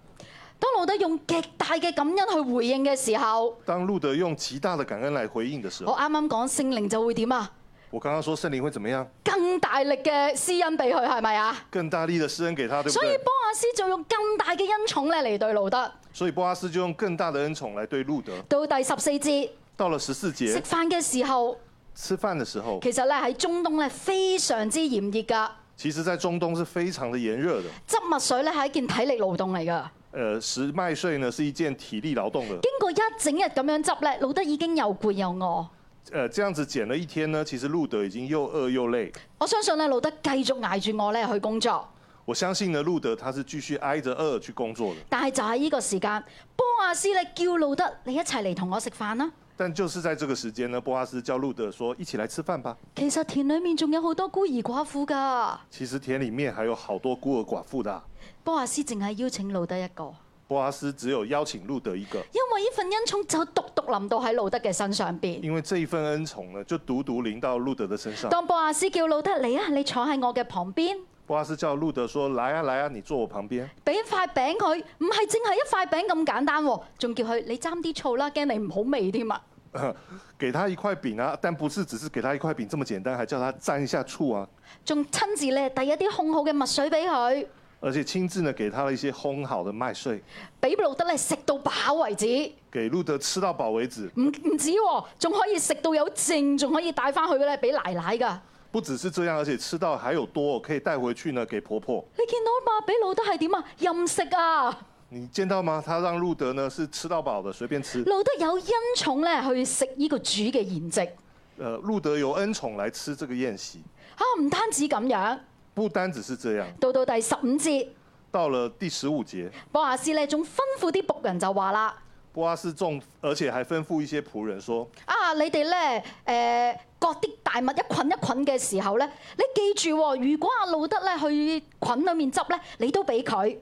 [SPEAKER 1] 當老德用極大嘅感恩去回應嘅時候，
[SPEAKER 2] 當路德用極大的感恩來回應的時候，
[SPEAKER 1] 我啱啱講聖靈就會點啊？
[SPEAKER 2] 我剛剛說聖靈會怎麼樣？
[SPEAKER 1] 更大力嘅施恩俾佢係咪啊？
[SPEAKER 2] 更大力的施恩給他，對不
[SPEAKER 1] 所以
[SPEAKER 2] 對？
[SPEAKER 1] 波亞斯就用更大嘅恩寵咧嚟對路德。
[SPEAKER 2] 所以所以波阿斯就用更大的恩宠来对路德。
[SPEAKER 1] 到第十四節
[SPEAKER 2] 到了十四
[SPEAKER 1] 食
[SPEAKER 2] 节，
[SPEAKER 1] 飯嘅時候，
[SPEAKER 2] 吃饭的时候，
[SPEAKER 1] 其實咧喺中東咧非常之炎熱㗎，
[SPEAKER 2] 其实在中东是非常的炎熱的。
[SPEAKER 1] 執墨水咧係一件體力勞動嚟㗎。
[SPEAKER 2] 呃，拾麦穗呢是一件体力勞動的，
[SPEAKER 1] 經過一整日咁樣執咧，老德已經又攰又餓。
[SPEAKER 2] 呃，这样子剪了一天呢，其实路德已經又餓又累。
[SPEAKER 1] 我相信咧，老德繼續捱住我咧去工作。
[SPEAKER 2] 我相信呢，路德他是繼續挨着餓去工作的，
[SPEAKER 1] 但係就喺呢個時間，波亞斯咧叫路德，你一齊嚟同我食飯啦。
[SPEAKER 2] 但就是在這個時間呢，波阿斯叫路德說：“一起來吃飯吧。
[SPEAKER 1] 其實田裏面仲有好多孤兒寡婦㗎。”
[SPEAKER 2] 其實田裡面還有好多孤兒寡婦的啊、
[SPEAKER 1] 波亞斯淨係邀請路德一個，
[SPEAKER 2] 波阿斯只有邀請路德一個，
[SPEAKER 1] 因為呢份恩寵就獨獨臨到喺路德嘅身上邊。
[SPEAKER 2] 因為這一份恩寵呢，就獨獨臨到路德的身上。
[SPEAKER 1] 當波亞斯叫路德嚟啊，你坐喺我嘅旁邊，
[SPEAKER 2] 波阿斯叫路德說：“來啊，來啊，你坐我旁邊。
[SPEAKER 1] 俾塊餅佢，唔係淨係一塊餅咁簡單喎，仲叫佢你沾啲醋啦，驚你唔好味添啊！
[SPEAKER 2] 給他一塊餅啊，但不是只是給他一塊餅這麼簡單，還叫他蘸一下醋啊，
[SPEAKER 1] 仲親自咧遞一啲烘好嘅墨水俾佢，
[SPEAKER 2] 而且親自呢給他了一些烘好的麥穗，
[SPEAKER 1] 俾路德咧食到飽為止。
[SPEAKER 2] 給路德吃到飽為止。
[SPEAKER 1] 唔唔止喎，仲可以食到有剩，仲可以帶翻去咧俾奶奶噶。
[SPEAKER 2] 不只是這樣，而且吃到還有多，可以帶回去呢給婆婆。
[SPEAKER 1] 你見到嘛？俾老德係點啊？任食啊！
[SPEAKER 2] 你見到嗎？他讓路德呢是吃到飽的，隨便吃。
[SPEAKER 1] 路德有恩寵咧，去食呢個主嘅筵席
[SPEAKER 2] 呃，路德有恩寵來吃這個宴席，
[SPEAKER 1] 啊！唔單止咁樣，
[SPEAKER 2] 不單只是這樣。
[SPEAKER 1] 到到第十五節，
[SPEAKER 2] 到了第十五節，
[SPEAKER 1] 波亞斯咧仲吩咐啲仆人就話啦：
[SPEAKER 2] 波阿斯眾，而且還吩咐一些僕人說
[SPEAKER 1] 啊，你哋咧誒割啲大麥一捆一捆嘅時候咧，你記住喎、如果阿路德咧去捆裡面執咧，你都俾佢。：“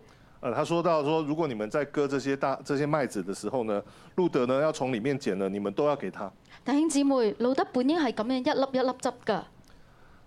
[SPEAKER 2] 呃，他說到說，如果你們在割這些大這些麥子的時候呢，路德呢要從裡面揀了，你們都要給他。
[SPEAKER 1] 弟兄姊妹，路德本應係咁樣一粒一粒執㗎。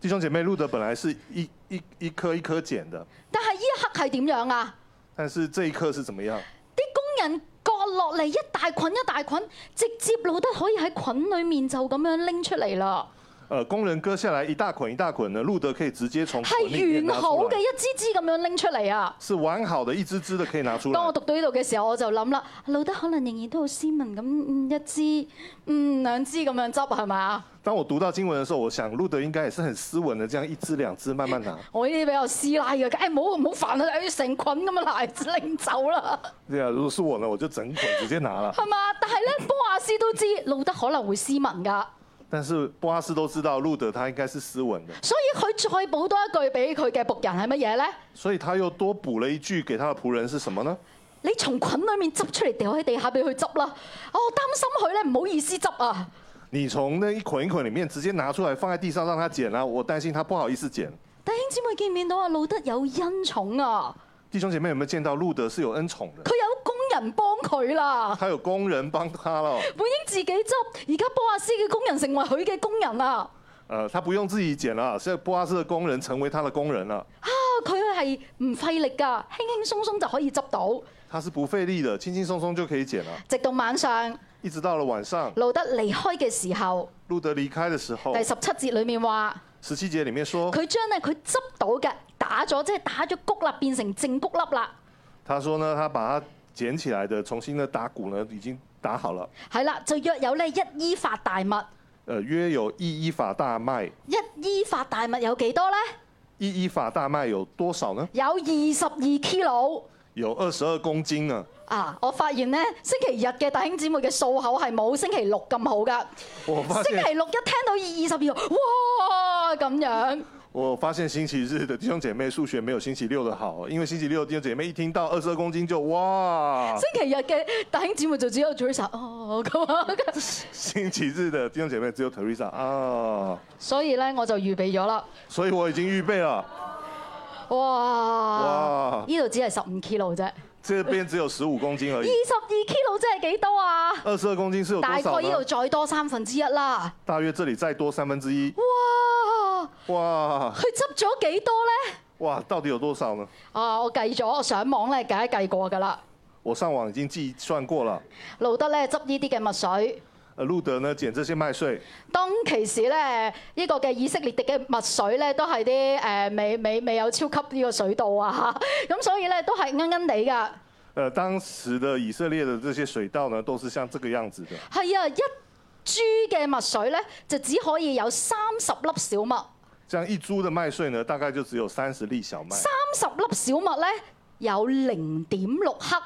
[SPEAKER 2] 弟兄姐妹，路德本來是一一一顆一顆揀的，
[SPEAKER 1] 但係呢一刻係點樣啊？
[SPEAKER 2] 但是這一刻是怎麼樣？
[SPEAKER 1] 啲工人割落嚟一大捆一大捆，直接路德可以喺捆裡面就咁樣拎出嚟啦，
[SPEAKER 2] 呃，工人割下來一大捆一大捆呢，路德可以直接從捆裡面
[SPEAKER 1] 係
[SPEAKER 2] 拿
[SPEAKER 1] 完好
[SPEAKER 2] 出
[SPEAKER 1] 嘅
[SPEAKER 2] 來，
[SPEAKER 1] 一支支咁樣拎出嚟啊！
[SPEAKER 2] 是完好的，一支支的可以拿出來
[SPEAKER 1] 當。我讀到呢度嘅時候，我就諗啦，路德可能仍然都好斯文咁，嗯一支嗯兩支咁樣執係咪啊？
[SPEAKER 2] 當我讀到經文的時候，我想路德應該也是很斯文的，這樣一支兩支慢慢拿。
[SPEAKER 1] 我呢啲比較師奶嘅，梗係唔好唔好煩啦，要成捆咁樣嚟拎走啦，
[SPEAKER 2] 對啊，如果是我呢，我就整捆直接拿了。
[SPEAKER 1] 係嘛？但係咧，波亞斯都知路德可能會斯文㗎，
[SPEAKER 2] 但是波阿斯都知道路德他應該是斯文的，
[SPEAKER 1] 所以佢再補多一句俾佢嘅仆人係乜嘢咧？
[SPEAKER 2] 所以他又多補了一句給他的僕人是什麼呢？
[SPEAKER 1] 你從捆裏面執出嚟掉喺地下俾佢執啦。我擔心佢咧唔好意思執啊。
[SPEAKER 2] 你從那一捆一捆裡面直接拿出來放在地上讓他撿啊，我擔心他不好意思撿。
[SPEAKER 1] 弟兄姊妹見唔見到啊？路德有恩寵啊，
[SPEAKER 2] 弟兄姐妹有沒有見到路德是有恩寵的？
[SPEAKER 1] 佢有工人幫佢啦。
[SPEAKER 2] 他有工人幫他了，
[SPEAKER 1] 本應自己執，而家波亞斯嘅工人成為佢嘅工人啊！
[SPEAKER 2] 呃，他不用自己撿了，是波阿斯的工人成為他的工人了，
[SPEAKER 1] 啊，佢係唔費力㗎，輕輕鬆鬆就可以執到。
[SPEAKER 2] 他是不費力的，輕輕鬆鬆就可以撿了。
[SPEAKER 1] 直到晚上，
[SPEAKER 2] 一直到了晚上，
[SPEAKER 1] 路德離開嘅時候，
[SPEAKER 2] 路德離開的時候
[SPEAKER 1] 第，十七節裡面話，
[SPEAKER 2] 十七節裡面說，
[SPEAKER 1] 佢將咧佢執到嘅打咗，即係打咗谷粒變成正谷粒啦。
[SPEAKER 2] 他說呢，他把它捡起來的，重新的打鼓呢，已經打好了。
[SPEAKER 1] 係啦，就約有咧一依法大物。
[SPEAKER 2] 呃，约有一依法大麥，
[SPEAKER 1] 一依法大物有幾多呢？
[SPEAKER 2] 一依法大麥有多少呢？
[SPEAKER 1] 有二十二 kilo
[SPEAKER 2] 有二十二公斤呢。
[SPEAKER 1] 啊！我發現呢，星期日嘅弟兄姊妹嘅數口係冇星期六咁好噶。
[SPEAKER 2] 我發
[SPEAKER 1] 星期
[SPEAKER 2] 現，
[SPEAKER 1] 六一聽到二十二，哇咁樣，
[SPEAKER 2] 我發現星期日的弟兄姐妹數學沒有星期六的好，因為星期六的弟兄姐妹一聽到二十二公斤就哇，
[SPEAKER 1] 星期日嘅弟兄姊妹就只有 Teresa 哦 咁啊。
[SPEAKER 2] 星期日的弟兄姐妹只有 Teresa 啊，
[SPEAKER 1] 所以呢，我就預備咗啦。
[SPEAKER 2] 所以我已經預備了，
[SPEAKER 1] 哇
[SPEAKER 2] 哇！
[SPEAKER 1] 呢度只係十五 kilo 啫，二
[SPEAKER 2] 這邊只有十五公斤而已。
[SPEAKER 1] 十二 kilo 即係幾多啊？
[SPEAKER 2] 二十二啊公斤是有
[SPEAKER 1] 大
[SPEAKER 2] 多
[SPEAKER 1] 概
[SPEAKER 2] 少
[SPEAKER 1] 呢度
[SPEAKER 2] 呢？
[SPEAKER 1] 再多三分之一啦。
[SPEAKER 2] 大約這裡再多三分之一。
[SPEAKER 1] 哇！
[SPEAKER 2] 哇
[SPEAKER 1] 佢執咗幾多呢？
[SPEAKER 2] 哇，到底有多少呢？
[SPEAKER 1] 啊！我計咗，我上網咧計一計過㗎啦。
[SPEAKER 2] 我上網已經計算過了。
[SPEAKER 1] 路德咧執呢啲嘅墨水，
[SPEAKER 2] 呃，路德呢撿這些麥穗，
[SPEAKER 1] 當其時咧呢、呢個嘅以色列地嘅墨水咧都呃係 啲誒未未未有超級呢個水稻啊，咁所以咧都係奀奀地㗎。
[SPEAKER 2] 呃，当时的以色列的这些水稻呢，都是像这个样子的。
[SPEAKER 1] 係啊，一株嘅麥穗咧就只可以有三十粒小麥，
[SPEAKER 2] 像一株的麦穗呢，大概就只有三十粒小麦。
[SPEAKER 1] 三十粒小麥咧有零點六克。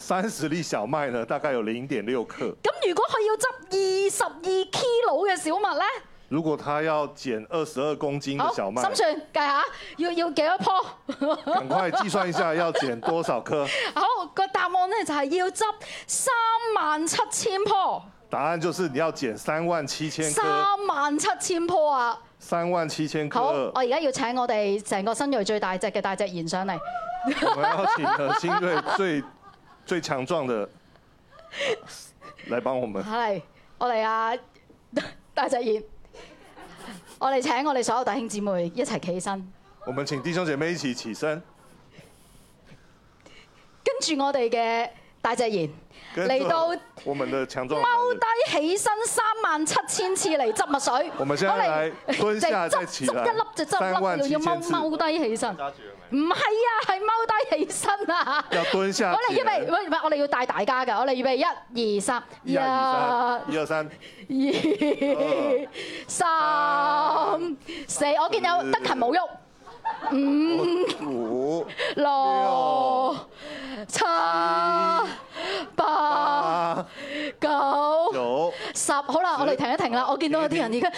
[SPEAKER 2] 三十粒小麦呢，大概有零点六克。
[SPEAKER 1] 咁如果佢要執二十二 kilo 嘅小麥咧，
[SPEAKER 2] 如果他要减二十二公斤的
[SPEAKER 1] 好，
[SPEAKER 2] 小麦，
[SPEAKER 1] 心算計下，要要幾多棵？
[SPEAKER 2] 赶快计算一下要减多少颗。
[SPEAKER 1] 好，個答案咧就係要執三萬七千棵，
[SPEAKER 2] 答案就是你要减三万七千颗，
[SPEAKER 1] 三萬七千棵啊！
[SPEAKER 2] 三万七千
[SPEAKER 1] 好，
[SPEAKER 2] 颗
[SPEAKER 1] 我。而家要請我哋成個新锐最大隻嘅大隻賢上嚟，
[SPEAKER 2] 我们要请呃新锐最最强壮的来帮我们。
[SPEAKER 1] 係我哋啊 大隻賢，我哋請我哋所有弟兄姊妹一齊企身，
[SPEAKER 2] 我们请弟兄姐妹一起起身，
[SPEAKER 1] 跟住我哋嘅大隻賢
[SPEAKER 2] 跟
[SPEAKER 1] 嚟
[SPEAKER 2] 着
[SPEAKER 1] 到
[SPEAKER 2] 我们的强壮男
[SPEAKER 1] 踎
[SPEAKER 2] 人。
[SPEAKER 1] 低起身三萬七千次嚟執墨水。
[SPEAKER 2] 我們現在
[SPEAKER 1] 嚟
[SPEAKER 2] 來蹲下
[SPEAKER 1] 就
[SPEAKER 2] 再起
[SPEAKER 1] 執
[SPEAKER 2] 來
[SPEAKER 1] 一粒就執
[SPEAKER 2] 3萬
[SPEAKER 1] 一粒，要踎
[SPEAKER 2] 7,000次
[SPEAKER 1] 踎低起身。唔係啊，係踎低起身啊！
[SPEAKER 2] 要蹲下
[SPEAKER 1] 我
[SPEAKER 2] 起
[SPEAKER 1] 哋預備，
[SPEAKER 2] 來。
[SPEAKER 1] 喂，唔係，我哋要帶大家㗎。我哋預備，一、二、三，
[SPEAKER 2] 一二三，一二三，
[SPEAKER 1] 一、二、三、四。我見有德勤冇喐，嗯
[SPEAKER 2] 五、
[SPEAKER 1] 六、七、八、
[SPEAKER 2] 八、
[SPEAKER 1] 九、
[SPEAKER 2] 九。
[SPEAKER 1] 十。好啦，我哋停一停啦。我見到有啲人而家。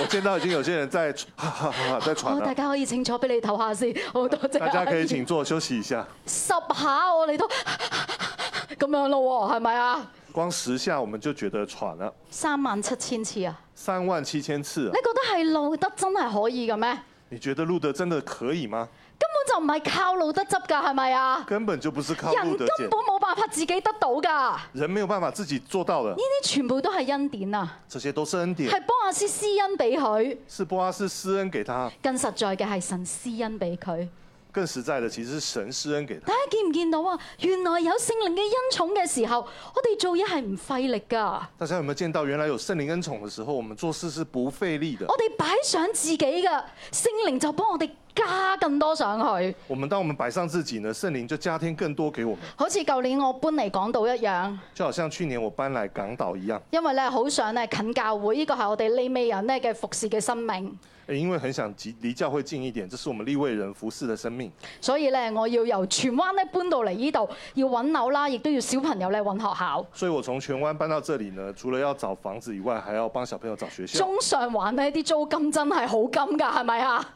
[SPEAKER 2] 我见到已经有些人在哈哈哈哈在喘
[SPEAKER 1] 好，大
[SPEAKER 2] 了，
[SPEAKER 1] 家可以清楚俾你唞下先，好多謝。
[SPEAKER 2] 大家可以請坐休息一下。
[SPEAKER 1] 十下我哋都咁樣咯喎，係咪啊？
[SPEAKER 2] 光十下我们就觉得喘了，
[SPEAKER 1] 三萬七千次啊！
[SPEAKER 2] 三万七千次啊
[SPEAKER 1] 你，覺得係路德真係可以嘅咩？
[SPEAKER 2] 你觉得路德真的可以吗？
[SPEAKER 1] 根本就唔係靠路德執㗎，係咪啊？
[SPEAKER 2] 根本就不是靠
[SPEAKER 1] 人
[SPEAKER 2] 路德
[SPEAKER 1] 根
[SPEAKER 2] 简
[SPEAKER 1] 本冇辦法自己得到㗎，呢
[SPEAKER 2] 人没有办法自己做到的，
[SPEAKER 1] 啲全部都係恩典啊，
[SPEAKER 2] 这些都是恩典
[SPEAKER 1] 係，波亞斯施恩俾佢，
[SPEAKER 2] 是波阿斯施恩给他，
[SPEAKER 1] 更實在嘅係神施恩俾佢。
[SPEAKER 2] 更实在的其實是神施恩给他。
[SPEAKER 1] 大家見唔見到啊？原來有聖靈嘅恩寵嘅時候，我哋做嘢係唔費力㗎，
[SPEAKER 2] 大家有没有见到，原来有圣灵恩寵的時候，我們做事是不费力的。
[SPEAKER 1] 我哋擺上自己㗎，聖靈就幫我哋加更多上去。
[SPEAKER 2] 我們當我們擺上自己呢，聖靈就加添更多給我們，
[SPEAKER 1] 好似舊年我搬嚟港島一樣，
[SPEAKER 2] 就好像去年我搬來港島一樣，
[SPEAKER 1] 因為咧好想咧近教會，呢個係我哋利未人咧嘅服侍嘅生命，
[SPEAKER 2] 呃因為很想離离教會近一點，这是我們立位人服侍的生命。
[SPEAKER 1] 所以咧我要由荃灣咧搬到嚟呢度，要揾樓啦，亦都要小朋友咧揾學校。
[SPEAKER 2] 所以我從荃灣搬到這裡呢，除了要找房子以外，還要幫小朋友找學校。
[SPEAKER 1] 中上環呢啲租金真係好金㗎，係咪啊？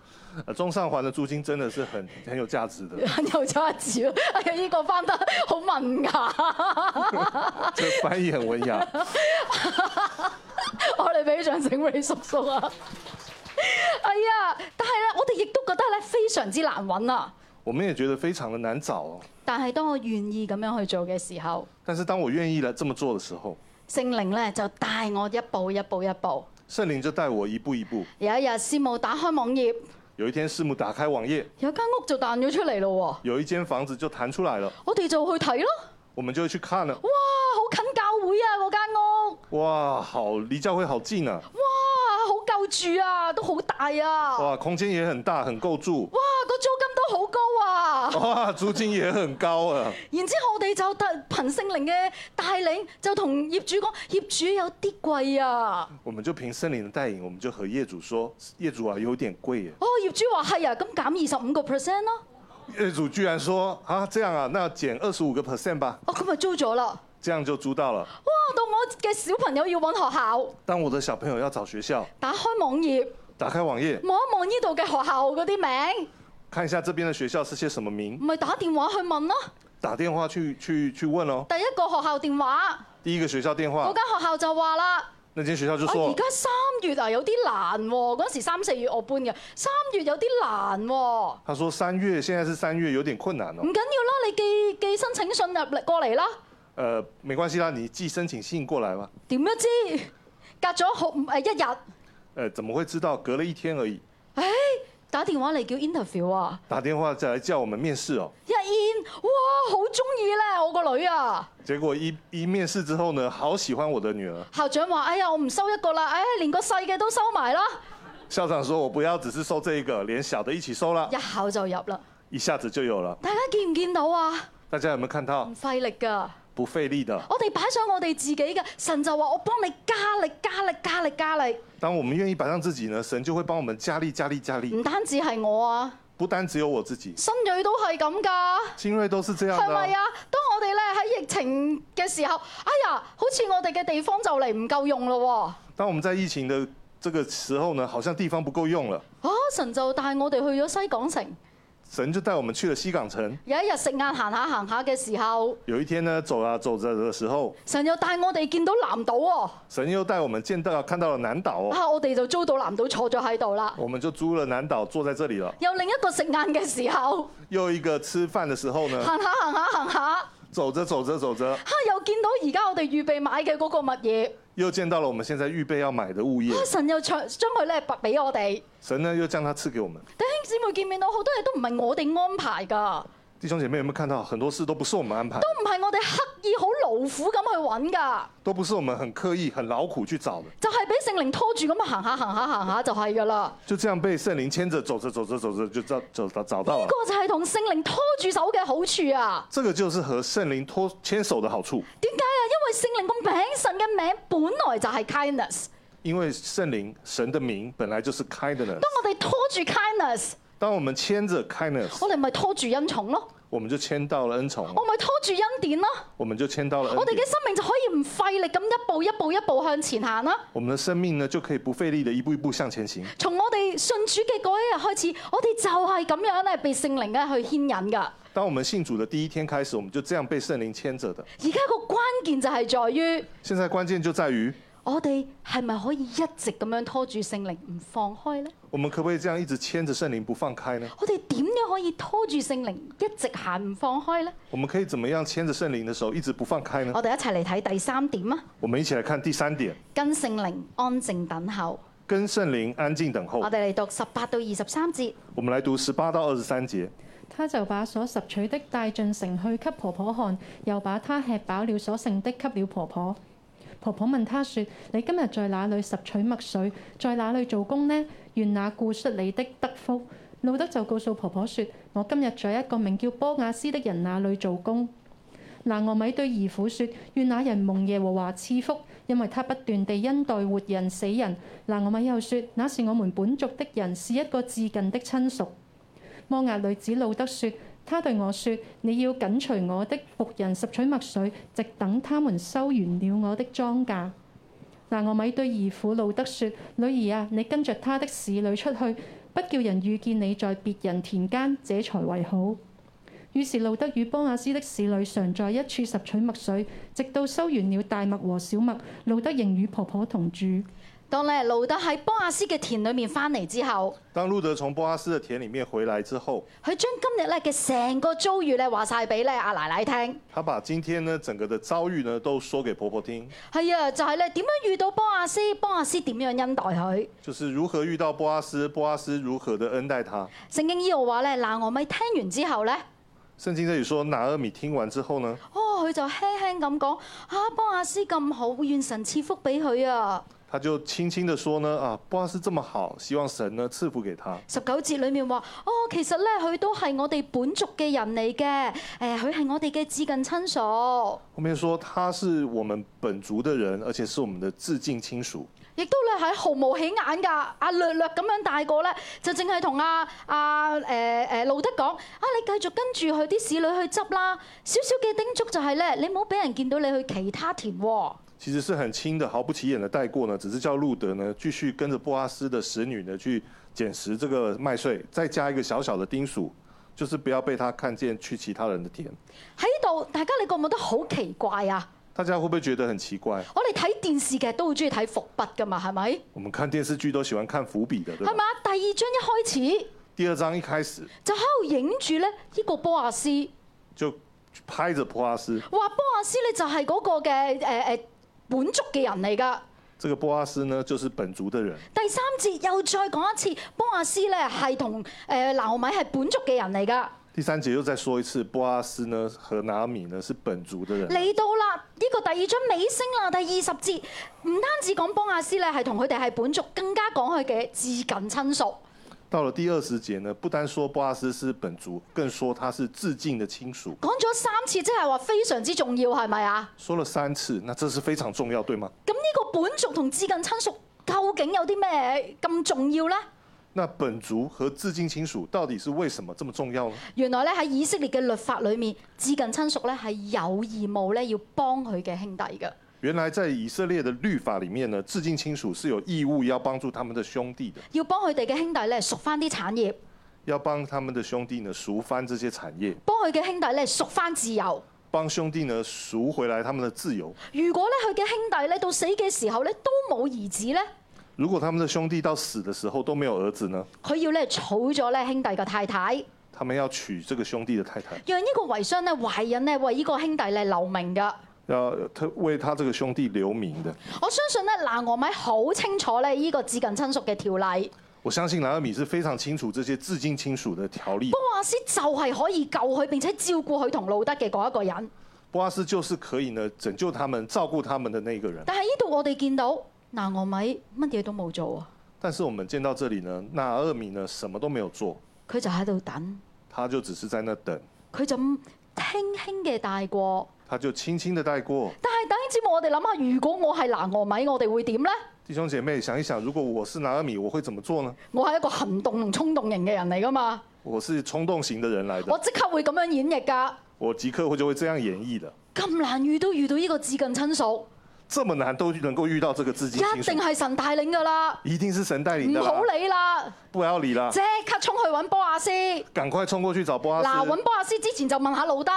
[SPEAKER 2] 呃，中上環的租金真的是很很有價 值的，
[SPEAKER 1] 又咗一次啦，哎呀呢個翻得好文雅，
[SPEAKER 2] 這翻譯很文雅。
[SPEAKER 1] 我哋俾掌聲俾叔叔啊！係啊，但係咧，我哋亦都覺得咧非常之難揾啊！
[SPEAKER 2] 我們也覺得非常的難找、哦，
[SPEAKER 1] 但係當我願意咁樣去做嘅時候，
[SPEAKER 2] 但是當我願意來這麼做的時候，
[SPEAKER 1] 聖靈咧就帶我一步一步一步。
[SPEAKER 2] 聖靈就帶我一步一步。
[SPEAKER 1] 有一日師母打開網頁，
[SPEAKER 2] 有一天，師母打開網頁，
[SPEAKER 1] 有間屋就彈咗出嚟咯
[SPEAKER 2] 有一間房子就彈出來了，
[SPEAKER 1] 喎，我哋就去睇咯。
[SPEAKER 2] 我們就會去看了。
[SPEAKER 1] 哇，好近教會啊嗰間屋，
[SPEAKER 2] 哇，好，離教會好近啊！
[SPEAKER 1] 哇，好夠住啊，都好大啊，哇，
[SPEAKER 2] 哇，空間也很大，很夠住。
[SPEAKER 1] 個租金都好高啊。
[SPEAKER 2] 哇，租金也很高啊！
[SPEAKER 1] 然之後我哋就特憑聖靈嘅帶領，就同業主講，業主有啲貴啊。
[SPEAKER 2] 我們就憑聖靈的帶領，我們就和業主說，業主啊，有點貴耶。
[SPEAKER 1] 哦，業主話係啊，咁減二十五個 percent 咯。
[SPEAKER 2] 業主居然說啊，这樣啊，那減二十五個 percent 吧，
[SPEAKER 1] 哦，咁咪租咗啦。哇，
[SPEAKER 2] 這樣就租到了。
[SPEAKER 1] 到我嘅小朋友要揾學校，
[SPEAKER 2] 當我的小朋友要找學校，
[SPEAKER 1] 打開網頁
[SPEAKER 2] 打開網頁
[SPEAKER 1] 望一望呢度嘅學校嗰啲名。
[SPEAKER 2] 看一下這邊的學校是些什麼名，
[SPEAKER 1] 咪打電話去問咯。
[SPEAKER 2] 打電話去去去問哦。
[SPEAKER 1] 第一個學校電話，
[SPEAKER 2] 第一個學校電
[SPEAKER 1] 嗰
[SPEAKER 2] 話，
[SPEAKER 1] 間學校就話啦：，
[SPEAKER 2] 那間學校就
[SPEAKER 1] 啊而
[SPEAKER 2] 說
[SPEAKER 1] 家三月啊，有啲難喎、嗰陣時三四月我搬嘅，三月有啲難喎、
[SPEAKER 2] 他說三月，現在是三月，有點困難
[SPEAKER 1] 唔
[SPEAKER 2] 哦。
[SPEAKER 1] 緊要啦，你寄寄申請信入嚟過嚟啦。
[SPEAKER 2] 呃，沒關係啦，你寄申請信過來吧。
[SPEAKER 1] 點樣知？隔咗好誒一日，
[SPEAKER 2] 呃，怎麼會知道？隔了一天而已，
[SPEAKER 1] 打電話嚟叫 interview 啊，
[SPEAKER 2] 打電話再來叫我們面試哦。
[SPEAKER 1] 一 in，哇，好中意咧我個女啊！
[SPEAKER 2] 結果一一面試之後呢，好喜歡我的女兒。
[SPEAKER 1] 校長話：，哎呀，我唔收一個啦，哎，連個細嘅都收埋啦，
[SPEAKER 2] 校長說：“我不要只是收這一個，連小的一起收了
[SPEAKER 1] 一，考就入啦。
[SPEAKER 2] 一下子就有了。
[SPEAKER 1] 大家見唔見到啊？
[SPEAKER 2] 大家有没有看到
[SPEAKER 1] 唔？費力㗎。
[SPEAKER 2] 不费力的。
[SPEAKER 1] 我哋擺上我哋自己嘅，神就話：我幫你加力、加力、加力、加力。
[SPEAKER 2] 当我们愿意摆上自己呢，神就会帮我们加力、加力、加力。
[SPEAKER 1] 唔單止係我啊，
[SPEAKER 2] 不单只有我自己，
[SPEAKER 1] 新蕊都係咁㗎，
[SPEAKER 2] 新锐都是这样
[SPEAKER 1] 係
[SPEAKER 2] 的、
[SPEAKER 1] 咪啊？當我哋咧喺疫情嘅時候，哎呀，好似我哋嘅地方就嚟唔夠用咯
[SPEAKER 2] 当我们在疫情的这个时候呢，好像地方不够用了，
[SPEAKER 1] 喎。啊！神就帶我哋去咗西港城，
[SPEAKER 2] 神就带我们去了西港城。
[SPEAKER 1] 有一日食晏行下行下嘅時候，
[SPEAKER 2] 有一天呢，走啊走着的时候，
[SPEAKER 1] 神又帶我哋見到南島喎、
[SPEAKER 2] 神又带我们见到看到了南岛哦，
[SPEAKER 1] 啊！我哋就租到南島坐咗喺度啦。
[SPEAKER 2] 我们就租了南岛，坐在这里了。
[SPEAKER 1] 又另一個食晏嘅時候，
[SPEAKER 2] 又一个吃饭的时候呢，
[SPEAKER 1] 行下行下行下，啊！
[SPEAKER 2] 走着走着走着，
[SPEAKER 1] 又見到而家我哋預備買嘅嗰個物業。
[SPEAKER 2] 又见到了我们現在預備要買的物業，
[SPEAKER 1] 啊！神又將將佢咧拔俾我哋。
[SPEAKER 2] 神呢又將它賜給我們。
[SPEAKER 1] 弟兄姊妹見面到好多嘢都唔係我哋安排㗎，
[SPEAKER 2] 弟兄姐妹有沒有看到，很多事都不是我們安排，
[SPEAKER 1] 都唔係我哋刻意好勞苦咁去揾㗎，
[SPEAKER 2] 都不是我們很刻意、很勞苦去找的，
[SPEAKER 1] 就係俾聖靈拖住咁行下行下行下就係㗎啦。
[SPEAKER 2] 就這樣被聖靈牽着走着走着走着就找走找找到
[SPEAKER 1] 呢
[SPEAKER 2] 了。
[SPEAKER 1] 個就係同聖靈拖住手嘅好處啊！
[SPEAKER 2] 這個就是和聖靈拖牽手的好處，
[SPEAKER 1] 點解啊？因為聖靈個名，神嘅名本來就係 kindness。
[SPEAKER 2] 因為聖靈神的名本來就是開的呢。
[SPEAKER 1] 當我哋拖住 kindness，
[SPEAKER 2] 當我們牽着 kindness，
[SPEAKER 1] 我哋咪拖住恩寵咯，
[SPEAKER 2] 我們就牽到了恩寵，
[SPEAKER 1] 我咪拖住恩典咯，
[SPEAKER 2] 我們就牽到了
[SPEAKER 1] 我
[SPEAKER 2] 恩
[SPEAKER 1] 哋嘅
[SPEAKER 2] 典，
[SPEAKER 1] 生命就可以唔費力咁一步一步一步向前行啦。
[SPEAKER 2] 我們的生命呢就可以不費力的一步一步向前行。
[SPEAKER 1] 從我哋信主嘅嗰一日開始，我哋就係咁樣咧，被聖靈咧去牽引噶。
[SPEAKER 2] 當我們信主的第一天開始，我們就這樣被聖靈牽着的。
[SPEAKER 1] 而家個關鍵就係在於，
[SPEAKER 2] 現在關鍵就在於，
[SPEAKER 1] 我哋係咪可以一直咁樣拖住聖靈唔放開呢？
[SPEAKER 2] 我們可不可以這樣一直牽着聖靈不放開呢？
[SPEAKER 1] 我哋點樣可以拖住聖靈一直行唔放開呢？
[SPEAKER 2] 我們可以怎麼樣牽着聖靈的手一直不放開呢？
[SPEAKER 1] 我哋一齊嚟睇第三點啊，
[SPEAKER 2] 我們一起來看第三點，
[SPEAKER 1] 跟聖靈安靜等候。
[SPEAKER 2] 跟聖靈安靜等候
[SPEAKER 1] 我。哋嚟讀十八到二十三節。
[SPEAKER 2] 我們來讀十八到二十三節。
[SPEAKER 3] 他就把所拾取的帶進城去給婆婆看，又把她吃飽了所剩的給了婆婆。婆婆問他說：你今日在哪裏拾取麥穗，在哪裏做工呢？願那顧恤你的得福。路德就告訴婆婆說：我今日在一個名叫波亞斯的人那裏做工。拿俄米對兒婦說：願那人蒙耶和華賜福，因為他不斷地恩待活人死人。拿俄米又說：那是我們本族的人，是一個至近的親屬。摩押女子路德說：他對我說：你要緊隨我的仆人拾取麥穗，直等他們收完了我的莊稼。拿俄米對兒婦路德說：女兒啊，你跟着他的使女出去，不叫人遇見你在別人田間，這才為好。於是路德與波亞斯的使女常在一處拾取麥穗，直到收完了大麥和小麥，路德仍與婆婆同住。
[SPEAKER 1] 當咧路德喺波亞斯嘅田裏面翻嚟之後，
[SPEAKER 2] 當路德從波阿斯的田裡面回來之後，
[SPEAKER 1] 佢將今日咧嘅成個遭遇咧話晒俾咧阿奶奶聽。
[SPEAKER 2] 他把今天呢整個的遭遇呢都說給婆婆聽，
[SPEAKER 1] 係啊，就係咧點樣遇到波亞斯，波亞斯點樣恩待佢。
[SPEAKER 2] 就是如何遇到波阿斯，波阿斯如何的恩待他。
[SPEAKER 1] 聖經呢度話咧，嗱我咪聽完之後咧，
[SPEAKER 2] 聖經這裡說，拿俄米聽完之後呢，
[SPEAKER 1] 哦佢就輕輕咁講，啊波亞斯咁好，願神賜福俾佢啊。
[SPEAKER 2] 他就輕輕的說呢，啊，波阿斯這麼好，希望神呢賜福給他。
[SPEAKER 1] 十九節裡面話，哦其實咧佢都係我哋本族嘅人嚟嘅，誒佢係我哋嘅至近親屬，
[SPEAKER 2] 後面說他是我們本族的人，而且是我們的至近親屬，
[SPEAKER 1] 亦都咧係毫無起眼㗎。阿略略咁樣大個咧，就淨係同阿阿誒誒路德講，啊你繼續跟住佢啲使女去執啦，少少嘅叮囑就係咧，你唔好俾人見到你去其他田喎。
[SPEAKER 2] 其實是很輕的、毫不起眼的帶過呢，只是叫路德呢繼續跟着波阿斯的使女呢去捡拾這個麥穗，再加一個小小的叮囑，就是不要被他看見去其他人的田。
[SPEAKER 1] 喺度，大家你覺唔覺得好奇怪啊？
[SPEAKER 2] 大家會不會覺得很奇怪？
[SPEAKER 1] 我哋睇電視劇都好中意睇伏筆㗎嘛，係咪？
[SPEAKER 2] 我們看電視劇都喜歡看伏筆的，對
[SPEAKER 1] 係
[SPEAKER 2] 吧
[SPEAKER 1] 咪？啊？第二章一開始
[SPEAKER 2] 第二章一開始
[SPEAKER 1] 就喺度影住咧，呢個波亞斯
[SPEAKER 2] 就拍着波阿斯，
[SPEAKER 1] 話波亞斯咧就係嗰個嘅誒誒本族嘅人嚟㗎。
[SPEAKER 2] 這個波阿斯呢就是本族的人。
[SPEAKER 1] 第三節又再講一次，波亞斯咧係同誒拿俄米係本族嘅人嚟㗎。
[SPEAKER 2] 第三節又再說一次，波阿斯呢和拿米呢是本族的人。
[SPEAKER 1] 嚟到啦，呢、個第二章尾聲啦，第二十節唔單止講波亞斯咧係同佢哋係本族，更加講佢嘅至近親屬。
[SPEAKER 2] 到了第二十节呢，不单说波阿斯是本族，更说他是致敬的亲属，
[SPEAKER 1] 講咗三次，即係話非常之重要，係咪啊？
[SPEAKER 2] 说了三次，那这是非常重要，对吗？
[SPEAKER 1] 咁呢個本族同至近親屬究竟有啲咩咁重要呢？
[SPEAKER 2] 那本族和致敬亲属到底是为什么这么重要呢？
[SPEAKER 1] 原來咧喺以色列嘅律法裏面，至近親屬咧係有義務咧要幫佢嘅兄弟嘅。
[SPEAKER 2] 原来在以色列的律法里面呢，致敬亲属是有义务要帮助他们的兄弟的，
[SPEAKER 1] 要幫佢哋嘅兄弟咧贖翻啲產業，
[SPEAKER 2] 要帮他们的兄弟呢赎翻这些产业，
[SPEAKER 1] 幫佢嘅兄弟咧贖翻自由。
[SPEAKER 2] 帮兄弟呢赎回来他们的自由。
[SPEAKER 1] 如果咧佢嘅兄弟咧到死嘅時候咧都冇兒子咧，
[SPEAKER 2] 如果他们的兄弟到死的时候都没有儿子呢，
[SPEAKER 1] 佢要咧娶咗咧兄弟嘅太太，
[SPEAKER 2] 他们要娶这个兄弟的太太，
[SPEAKER 1] 讓呢個遺孀咧懷孕咧為呢個兄弟咧留名㗎。
[SPEAKER 2] 要他为他这个兄弟留名的。
[SPEAKER 1] 我相信咧拿俄米好清楚咧呢個至近親屬嘅條例，
[SPEAKER 2] 我相信拿俄米是非常清楚这些至敬亲属的条例
[SPEAKER 1] 波。亞斯就係可以救佢並且照顧佢同路德嘅嗰一個人。
[SPEAKER 2] 波阿斯就是可以呢拯救他们、照顾他们的那个人。
[SPEAKER 1] 但係呢度我哋見到拿俄米乜嘢都冇做啊，
[SPEAKER 2] 但是我们见到这里呢，拿俄米呢什么都没有做，
[SPEAKER 1] 佢就喺度等，
[SPEAKER 2] 他就只是在那等，
[SPEAKER 1] 佢就咁輕輕嘅帶過。
[SPEAKER 2] 他就轻轻的带过。
[SPEAKER 1] 但係等節目我哋諗下，如果我係拿俄米，我哋會點呢？
[SPEAKER 2] 弟兄姐妹，想一想，如果我是拿俄米，我会怎么做呢？
[SPEAKER 1] 我係一個行動同衝動型嘅人嚟噶嘛，
[SPEAKER 2] 我是冲动型的人来
[SPEAKER 1] 我
[SPEAKER 2] 的，
[SPEAKER 1] 即刻會咁樣演繹㗎。
[SPEAKER 2] 我即刻会就会这样演绎的。
[SPEAKER 1] 咁難遇都遇到呢個至近親屬，
[SPEAKER 2] 这么难都能够遇到这个至敬
[SPEAKER 1] 一
[SPEAKER 2] 亲属
[SPEAKER 1] 定，係神帶領㗎啦，
[SPEAKER 2] 一定是神带领
[SPEAKER 1] 唔
[SPEAKER 2] 的啦
[SPEAKER 1] 好，理啦，
[SPEAKER 2] 不要理啦
[SPEAKER 1] 即，刻衝去揾波亞斯。
[SPEAKER 2] 赶快冲过去找波阿
[SPEAKER 1] 嗱，
[SPEAKER 2] 斯
[SPEAKER 1] 揾。波亞斯之前就問下路德，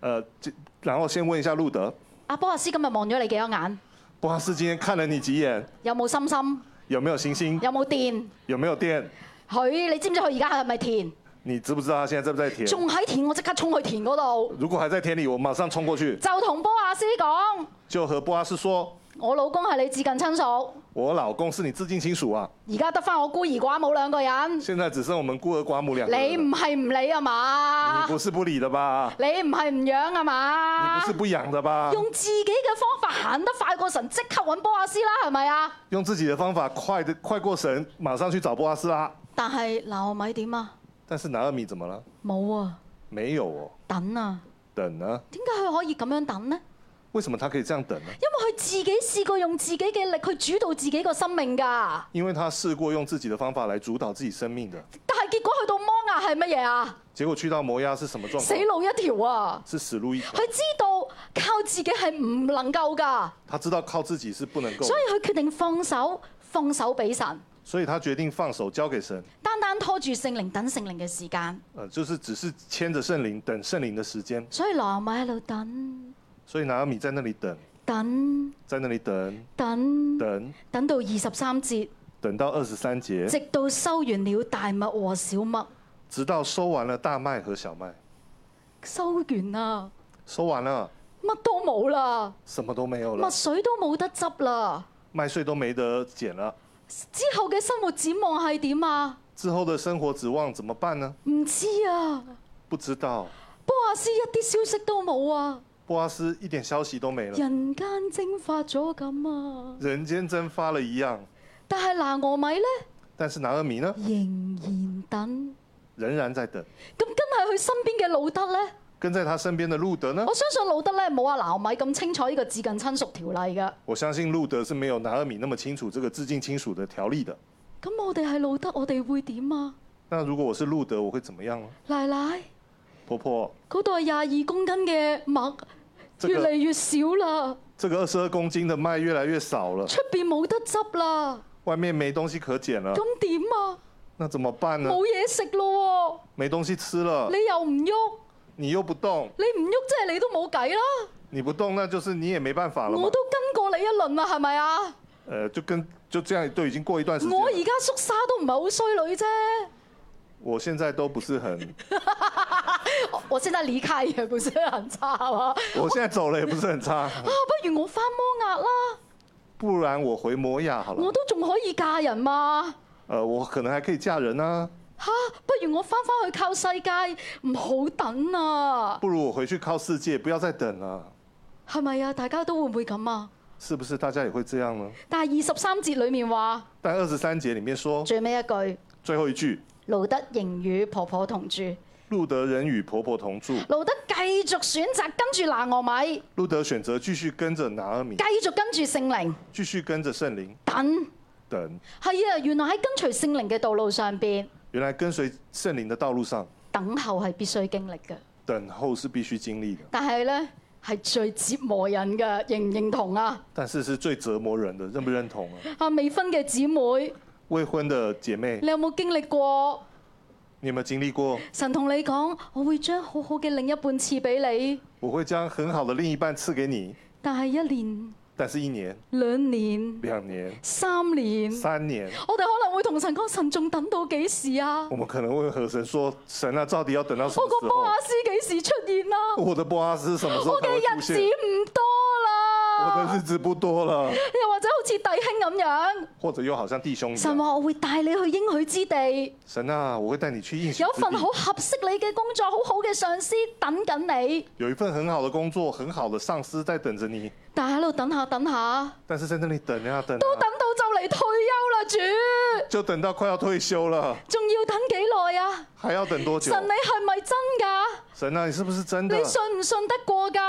[SPEAKER 2] 呃，这然后先问一下路德，
[SPEAKER 1] 阿波亞斯今日望咗你幾多眼，
[SPEAKER 2] 波阿斯今天看了你几眼，
[SPEAKER 1] 有冇心心，
[SPEAKER 2] 有没有星星，
[SPEAKER 1] 有冇電？
[SPEAKER 2] 有没有电？
[SPEAKER 1] 佢你知唔知佢而家係咪田？
[SPEAKER 2] 你知不知道他现在在不在田？
[SPEAKER 1] 仲喺田，我即刻衝去田嗰度，
[SPEAKER 2] 如果还在田里，我马上冲过去，
[SPEAKER 1] 就同波亞斯講：
[SPEAKER 2] 就和波阿斯说：“
[SPEAKER 1] 我老公係你至近親屬，
[SPEAKER 2] 我老公是你至敬亲属啊，
[SPEAKER 1] 而家得翻我孤兒寡母兩個人，
[SPEAKER 2] 现在只剩我们孤儿寡母两个人
[SPEAKER 1] 你唔
[SPEAKER 2] 了。
[SPEAKER 1] 係唔理啊嘛
[SPEAKER 2] 啊你？不是不理的吧？
[SPEAKER 1] 你唔係唔養啊嘛
[SPEAKER 2] 你？不是不养的吧？
[SPEAKER 1] 啊用自己嘅方法行得快過神，即刻揾波亞斯啦，係咪啊？
[SPEAKER 2] 用自己的方法快的快过神，马上去找波阿斯啦。
[SPEAKER 1] 但係嗱，我咪點啊？
[SPEAKER 2] 但是拿二米怎么了？
[SPEAKER 1] 冇啊，
[SPEAKER 2] 没有哦，
[SPEAKER 1] 等啊！
[SPEAKER 2] 等呢？
[SPEAKER 1] 點解佢可以咁樣等呢？
[SPEAKER 2] 为什么他可以这样等呢？
[SPEAKER 1] 因為佢自己試過用自己嘅力去主導自己個生命㗎，
[SPEAKER 2] 因为他试过用自己的方法来主导自己生命的，
[SPEAKER 1] 但係結果去到摩亞係乜嘢啊？
[SPEAKER 2] 结果去到摩押是什么状
[SPEAKER 1] 死
[SPEAKER 2] 况？
[SPEAKER 1] 路一條啊！
[SPEAKER 2] 是死路一条。
[SPEAKER 1] 佢知道靠自己係唔能夠㗎，
[SPEAKER 2] 他知道靠自己是不能够的，
[SPEAKER 1] 所以佢決定放手，放手俾神，
[SPEAKER 2] 所以他决定放手交给神。
[SPEAKER 1] 單單拖住聖靈等聖靈嘅時間。
[SPEAKER 2] 呃，就是只是牵着圣灵，等圣灵的时间。
[SPEAKER 1] 所以羅馬喺度等
[SPEAKER 2] 所以拿俄米在那里等，
[SPEAKER 1] 等
[SPEAKER 2] 在那里等，
[SPEAKER 1] 等
[SPEAKER 2] 等，
[SPEAKER 1] 等到二十三節，
[SPEAKER 2] 等到二十三节，
[SPEAKER 1] 直到收完了大麥和小麥，
[SPEAKER 2] 直到收完了大麦和小麦，
[SPEAKER 1] 收完啦，
[SPEAKER 2] 收完了，
[SPEAKER 1] 乜都冇啦，
[SPEAKER 2] 什么都没有
[SPEAKER 1] 麥
[SPEAKER 2] 了，
[SPEAKER 1] 穗都冇得執啦。
[SPEAKER 2] 麦穗都没得捡了。
[SPEAKER 1] 之後嘅生活展望係點啊？
[SPEAKER 2] 之后的生活指望怎么办呢？
[SPEAKER 1] 唔知啊，
[SPEAKER 2] 不知道。
[SPEAKER 1] 波亞斯一啲消息都冇啊，
[SPEAKER 2] 波阿斯一点消息都没了，
[SPEAKER 1] 人間蒸發咗咁啊！
[SPEAKER 2] 人间蒸发了一样。
[SPEAKER 1] 但係拿俄米呢，
[SPEAKER 2] 但是拿俄米呢，
[SPEAKER 1] 仍然等。
[SPEAKER 2] 仍然在等。
[SPEAKER 1] 咁跟係佢身邊嘅路德呢，
[SPEAKER 2] 跟在他身边的路德呢
[SPEAKER 1] 我，相信路德呢冇啊阿拿俄米咁清楚呢個至近親屬條例㗎。
[SPEAKER 2] 我相信路德是没有拿俄米那么清楚这个致敬亲属的条例的。
[SPEAKER 1] 咁我哋係路德，我哋會點啊？
[SPEAKER 2] 那如果我是路德，我会怎么样呢？
[SPEAKER 1] 奶奶，
[SPEAKER 2] 婆婆，
[SPEAKER 1] 嗰袋廿二公斤嘅麥
[SPEAKER 2] 這個
[SPEAKER 1] 越嚟越少啦，
[SPEAKER 2] 这个二十二公斤的麦越来越少了，
[SPEAKER 1] 出邊冇得執啦，
[SPEAKER 2] 外面没东西可捡了，
[SPEAKER 1] 咁點啊？
[SPEAKER 2] 那怎么办呢？
[SPEAKER 1] 冇嘢食咯
[SPEAKER 2] 没东西吃了
[SPEAKER 1] 喎，，你又唔喐，
[SPEAKER 2] 你又不动，
[SPEAKER 1] 你唔喐即係你都冇計啦。
[SPEAKER 2] 你不動，那就是你也没办法了嘛
[SPEAKER 1] 我。都跟過你一輪啦，係咪啊？
[SPEAKER 2] 呃，就跟就这样，都已经過一段時間
[SPEAKER 1] 我而
[SPEAKER 2] 了。
[SPEAKER 1] 家縮沙都唔係好衰女啫，
[SPEAKER 2] 我現在都不是很，
[SPEAKER 1] 我我現在離開也不是很差啊。
[SPEAKER 2] 我現在走了也不是很差，
[SPEAKER 1] 啊，不如我翻摩押啦，
[SPEAKER 2] 不然我回摩亞好
[SPEAKER 1] 我
[SPEAKER 2] 了。
[SPEAKER 1] 都仲可以嫁人嘛。
[SPEAKER 2] 呃，我可能還可以嫁人啊，
[SPEAKER 1] 嚇、不如我翻返去靠世界，唔好等啊，
[SPEAKER 2] 不如我回去靠世界，不要再等了。
[SPEAKER 1] 係咪啊？大家都會唔會咁啊？
[SPEAKER 2] 是不是大家也会这样呢？
[SPEAKER 1] 但係二十三節裡面話
[SPEAKER 2] 但二十三节里面說，
[SPEAKER 1] 最尾一句，
[SPEAKER 2] 最后一句，
[SPEAKER 1] 路德仍與婆婆同住，
[SPEAKER 2] 路德人与婆婆同住，
[SPEAKER 1] 路德繼續選擇跟住拿俄米，
[SPEAKER 2] 路德选择继续跟着拿阿米
[SPEAKER 1] 繼，續跟住聖靈
[SPEAKER 2] 继续跟着圣灵
[SPEAKER 1] 等。
[SPEAKER 2] 等。
[SPEAKER 1] 係啊，原來喺跟隨聖靈嘅道路上邊，
[SPEAKER 2] 原来跟随圣灵的道路上，
[SPEAKER 1] 等候係必須經歷嘅。
[SPEAKER 2] 等候是必须经历的，
[SPEAKER 1] 但係咧係最折磨人嘅，認唔認同啊？
[SPEAKER 2] 但是是最折磨人的，认不认同啊？
[SPEAKER 1] 啊，未婚嘅姊妹，
[SPEAKER 2] 未婚的姐妹，
[SPEAKER 1] 你有冇經歷過？
[SPEAKER 2] 你有没有经历过？
[SPEAKER 1] 神同你講，我會將好好嘅另一半賜俾你，
[SPEAKER 2] 我会将很好的另一半赐给你，
[SPEAKER 1] 但係一年、
[SPEAKER 2] 但是一年、
[SPEAKER 1] 兩年、
[SPEAKER 2] 两年、
[SPEAKER 1] 三年，
[SPEAKER 2] 三年，
[SPEAKER 1] 我哋可能會同神講，神仲等到幾時啊？
[SPEAKER 2] 我们可能会和神说：“神啊，到底要等到什
[SPEAKER 1] 我
[SPEAKER 2] 么
[SPEAKER 1] 個
[SPEAKER 2] 时
[SPEAKER 1] 波
[SPEAKER 2] 候
[SPEAKER 1] 亞斯幾時出現啊？？
[SPEAKER 2] 我的波阿斯什么时候
[SPEAKER 1] 我
[SPEAKER 2] 才
[SPEAKER 1] 嘅
[SPEAKER 2] 会出
[SPEAKER 1] 日子
[SPEAKER 2] 现？
[SPEAKER 1] 唔多
[SPEAKER 2] 我
[SPEAKER 1] 啦
[SPEAKER 2] 的。日子不多了。”
[SPEAKER 1] 又或者好似弟兄咁樣，
[SPEAKER 2] 或者又好像弟兄一
[SPEAKER 1] 神
[SPEAKER 2] 样。
[SPEAKER 1] 話我會帶你去應許之地，
[SPEAKER 2] 神啊，我会带你去应许
[SPEAKER 1] 有
[SPEAKER 2] 之
[SPEAKER 1] 份
[SPEAKER 2] 地
[SPEAKER 1] 好合適你嘅工作，好好嘅上司等緊你。
[SPEAKER 2] 有一份很好的工作，很好的上司在等着你，
[SPEAKER 1] 但係喺度等下等下，
[SPEAKER 2] 但是在那里等呀等啊
[SPEAKER 1] 都等到就嚟退休啦，主，
[SPEAKER 2] 就等到快要退休了，
[SPEAKER 1] 仲要等幾耐啊？
[SPEAKER 2] 还要等多久？
[SPEAKER 1] 神你係咪真㗎？
[SPEAKER 2] 神啊，你是不是真的
[SPEAKER 1] 你？信唔信得過㗎？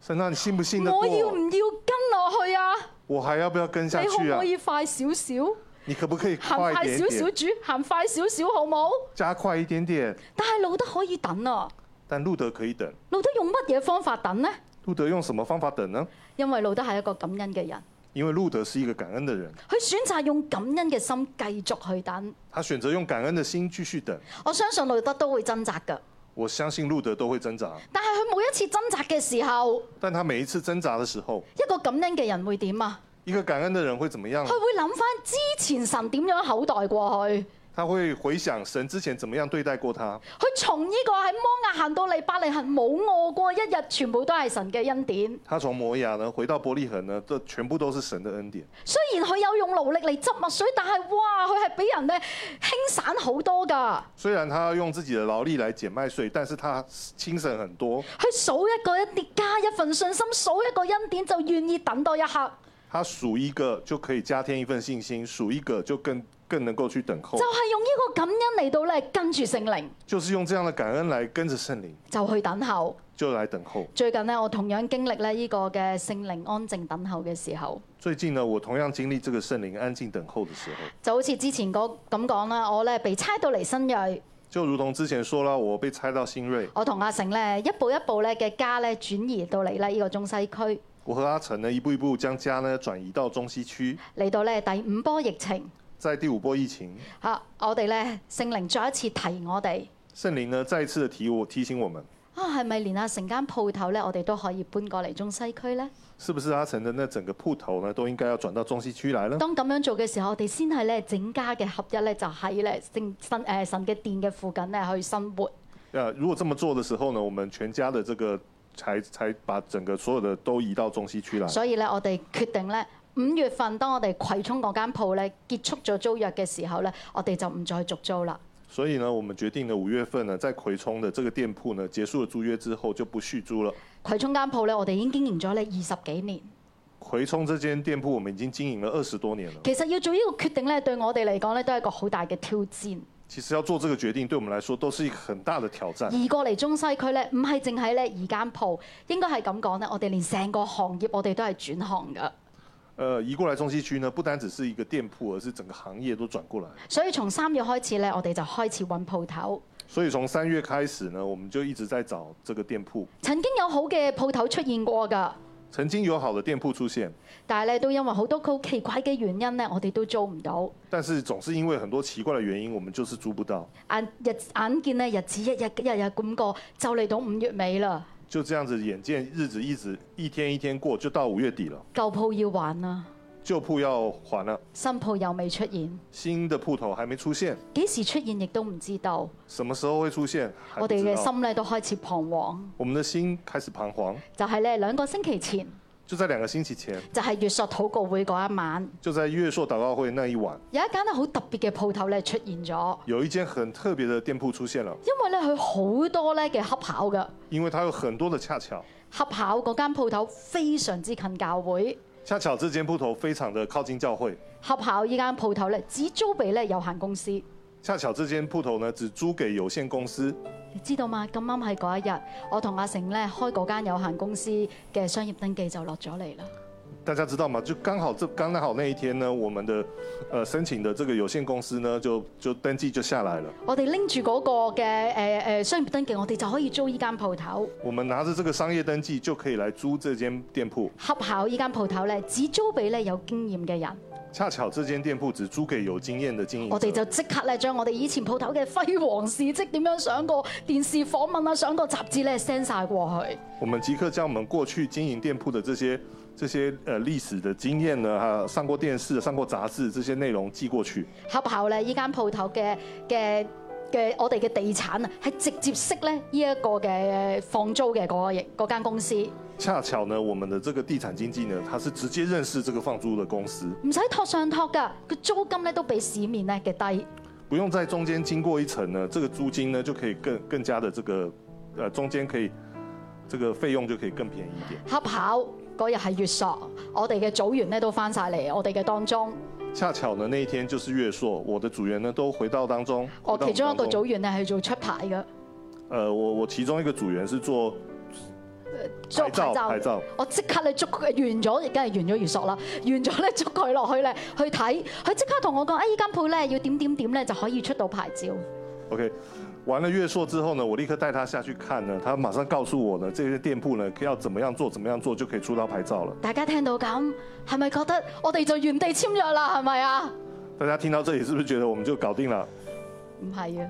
[SPEAKER 2] 神啊，你信不信得过？
[SPEAKER 1] 我要唔要跟落去啊？
[SPEAKER 2] 我还要不要跟下
[SPEAKER 1] 你可
[SPEAKER 2] 去
[SPEAKER 1] 唔
[SPEAKER 2] 啊
[SPEAKER 1] 可？以快少少？
[SPEAKER 2] 你可不可以
[SPEAKER 1] 行
[SPEAKER 2] 快
[SPEAKER 1] 快
[SPEAKER 2] 一
[SPEAKER 1] 少
[SPEAKER 2] 点
[SPEAKER 1] 少，
[SPEAKER 2] 点，
[SPEAKER 1] 主，行快少少好冇？
[SPEAKER 2] 加快一点点？
[SPEAKER 1] 但係路德可以等啊，
[SPEAKER 2] 但路德可以等，
[SPEAKER 1] 路德用乜嘢方法等呢？
[SPEAKER 2] 路德用什么方法等呢？
[SPEAKER 1] 因為路德係一個感恩嘅人，
[SPEAKER 2] 因为路德是一个感恩的人，
[SPEAKER 1] 佢選擇用感恩嘅心繼續去等。
[SPEAKER 2] 他选择用感恩的心继续等。
[SPEAKER 1] 我相信路德都會掙扎㗎，
[SPEAKER 2] 我相信路德都会挣扎，
[SPEAKER 1] 但係佢每一次掙扎嘅時候，
[SPEAKER 2] 但他每一次挣扎的时候，
[SPEAKER 1] 一個感恩嘅人會點啊？
[SPEAKER 2] 一个感恩的人会怎么样
[SPEAKER 1] 佢
[SPEAKER 2] 呢？
[SPEAKER 1] 會諗翻之前神點樣口待過去，
[SPEAKER 2] 他会回想神之前怎么样對待過他，
[SPEAKER 1] 佢從呢個喺摩亞行到嚟伯利恒冇餓過一日，全部都係神嘅恩典。
[SPEAKER 2] 他从摩亚呢回到伯利恒呢，这全部都是神的恩典。
[SPEAKER 1] 雖然佢有用勞力嚟執墨水，但係哇，佢係俾人咧輕省好多㗎。
[SPEAKER 2] 虽然他要用自己的勞力来減麥穗，但是他精神很多，
[SPEAKER 1] 佢數一個恩典，加一份信心，數一個恩典就願意等多一刻，
[SPEAKER 2] 他數一个就可以加添一份信心，數一个就更更能够去等候
[SPEAKER 1] 就，係用呢個感恩嚟到咧跟住聖靈
[SPEAKER 2] 就是用這樣的感恩来跟着聖靈，
[SPEAKER 1] 就去等候。
[SPEAKER 2] 就来等候。
[SPEAKER 1] 最近咧，我同樣經歷咧呢個嘅聖靈安靜等候嘅時候，
[SPEAKER 2] 最近呢，我同樣經歷這個聖靈安靜等候的時候，
[SPEAKER 1] 就好似之前嗰咁講啦，我咧被差到嚟新锐，
[SPEAKER 2] 就如同之前說啦，我被差到新锐，
[SPEAKER 1] 我同阿成咧一步一步咧嘅家咧轉移到嚟咧呢個中西區，
[SPEAKER 2] 我和阿成呢一步一步將家呢轉移到中西區，
[SPEAKER 1] 嚟到咧第五波疫情
[SPEAKER 2] 在第五波疫情。
[SPEAKER 1] 嚇、啊我哋咧聖靈再一次提我哋
[SPEAKER 2] 圣灵呢再一次的提我提醒我们，
[SPEAKER 1] 啊，係咪連阿成間鋪頭咧我哋都可以搬過嚟中西區呢？
[SPEAKER 2] 是不是阿成的那整个铺头呢都应该要转到中西区来呢？
[SPEAKER 1] 當咁樣做嘅時候，我哋先係咧整家嘅合一咧，就喺咧聖神誒神嘅殿嘅附近咧去生活。
[SPEAKER 2] 呃，如果这么做的时候呢，我们全家的这个才才把整个所有的都移到中西区来。
[SPEAKER 1] 所以咧，我哋決定咧五月份當我哋葵涌嗰間鋪咧結束咗租約嘅時候咧，我哋就唔再續租啦。
[SPEAKER 2] 所以呢，我们决定呢五月份呢在葵冲的这个店铺呢结束了租约之后就不续租了。
[SPEAKER 1] 葵涌間鋪咧，我哋已經經營咗咧二十幾年。
[SPEAKER 2] 葵冲这间店铺我们已经经营了二十多年了。
[SPEAKER 1] 其實要做呢個決定咧，對我哋嚟講咧都係一個好大嘅挑戰。
[SPEAKER 2] 其实要做这个决定，对我们来说都是一个很大的挑战。
[SPEAKER 1] 移過嚟中西區咧，唔係淨係咧二間鋪，應該係咁講咧，我哋連成個行業我哋都係轉行㗎。
[SPEAKER 2] 呃，移过来中西区呢，不单只是一个店铺，而是整个行业都转过来。
[SPEAKER 1] 所以從三月開始咧，我哋就開始揾鋪頭。
[SPEAKER 2] 所以从三月开始呢，我们就一直在找这个店铺。
[SPEAKER 1] 曾經有好嘅鋪頭出現過㗎，
[SPEAKER 2] 曾經有好的店鋪出現，
[SPEAKER 1] 但係咧都因為好多好奇怪嘅原因咧，我哋都租唔到。
[SPEAKER 2] 但是总是因為很多奇怪的原因，我們就是租不到。
[SPEAKER 1] 眼日眼見咧日子一日一日咁過，就嚟到五月尾啦，
[SPEAKER 2] 就這樣子，眼見日子一直一天一天過，就到五月底了。
[SPEAKER 1] 舊鋪要還啦，
[SPEAKER 2] 舊鋪要還了，
[SPEAKER 1] 新鋪又未出現，
[SPEAKER 2] 新的鋪頭還沒出現，
[SPEAKER 1] 幾時出現亦都唔知道。
[SPEAKER 2] 什麼時候會出現？還
[SPEAKER 1] 我
[SPEAKER 2] 不
[SPEAKER 1] 哋
[SPEAKER 2] 知
[SPEAKER 1] 嘅
[SPEAKER 2] 道
[SPEAKER 1] 心咧都開始彷徨，
[SPEAKER 2] 我們的心開始彷徨。
[SPEAKER 1] 就係咧兩個星期前，
[SPEAKER 2] 就在兩個星期前，
[SPEAKER 1] 就係、月朔禱告會嗰一晚，
[SPEAKER 2] 就在月朔禱告會那一晚，
[SPEAKER 1] 有一間咧好特別嘅鋪頭咧出現咗，
[SPEAKER 2] 有一間很特別的店鋪出現了，
[SPEAKER 1] 因為咧佢好多咧嘅恰巧㗎。
[SPEAKER 2] 因為它有很多的恰巧，
[SPEAKER 1] 恰巧嗰間鋪頭非常之近教會，
[SPEAKER 2] 恰巧這間鋪頭非常的靠近教會，
[SPEAKER 1] 恰巧依間鋪頭咧只租俾咧有限公司，
[SPEAKER 2] 恰巧这间铺头呢只租给有限公司，
[SPEAKER 1] 你知道嘛？咁啱喺嗰一日，我同阿成咧開嗰間有限公司嘅商業登記就落咗嚟啦。
[SPEAKER 2] 大家知道吗？就刚好这刚好那一天呢，我们的呃申请的这个有限公司呢就就登记就下来了。
[SPEAKER 1] 我哋拎住嗰個嘅誒誒商業登記，我哋就可以租依間鋪頭，
[SPEAKER 2] 我们拿着这个商业登记就可以来租这间店铺。
[SPEAKER 1] 恰巧依間鋪頭咧只租俾咧有經驗嘅人，
[SPEAKER 2] 恰巧这间店铺只租给有经验的经营
[SPEAKER 1] 我哋就
[SPEAKER 2] 者。
[SPEAKER 1] 即刻咧將我哋以前鋪頭嘅輝煌事蹟點樣上過電視訪問啊，上過雜誌咧 send 晒過去。
[SPEAKER 2] 我们即刻将我们过去经营店铺的这些这些呃历史的经验呢，还有上过电视、上过杂志这些内容寄过去。
[SPEAKER 1] 恰巧咧依間鋪頭嘅嘅嘅我哋嘅地產啊，係直接識咧依一個嘅放租嘅嗰個營嗰間公司。
[SPEAKER 2] 恰巧呢，我们的这个地产经纪呢，他是直接认识这个放租的公司，
[SPEAKER 1] 唔使托上托㗎，個租金咧都比市面咧嘅低。
[SPEAKER 2] 不用在中间经过一层呢，这个租金呢就可以更更加的这个呃中间可以这个费用就可以更便宜一点。
[SPEAKER 1] 恰巧嗰日係月朔，我哋嘅組員咧都翻晒嚟，我哋嘅當中，
[SPEAKER 2] 恰巧呢那一天就是月朔，我的组员呢都回到当中。
[SPEAKER 1] 我
[SPEAKER 2] 回到
[SPEAKER 1] 哦其中一
[SPEAKER 2] 们
[SPEAKER 1] 個
[SPEAKER 2] 当中
[SPEAKER 1] 組員咧係做出牌嘅，
[SPEAKER 2] 呃，我我其中一个组员是做
[SPEAKER 1] 做
[SPEAKER 2] 牌照牌照
[SPEAKER 1] 我即刻咧捉佢完咗，而家係完咗月朔啦，完咗 咧捉佢落去咧去睇，佢即刻同我講：，啊、依間鋪咧要點點點咧就可以出到牌照。
[SPEAKER 2] OK，完了月朔之后呢，我立刻带他下去看呢，他马上告诉我呢，这些店铺呢要怎么样做，怎么样做就可以出到牌照了。
[SPEAKER 1] 大家聽到咁，係咪覺得我哋就原地簽約啦？係咪啊？
[SPEAKER 2] 大家听到这里是不是觉得我们就搞定了？
[SPEAKER 1] 唔係啊，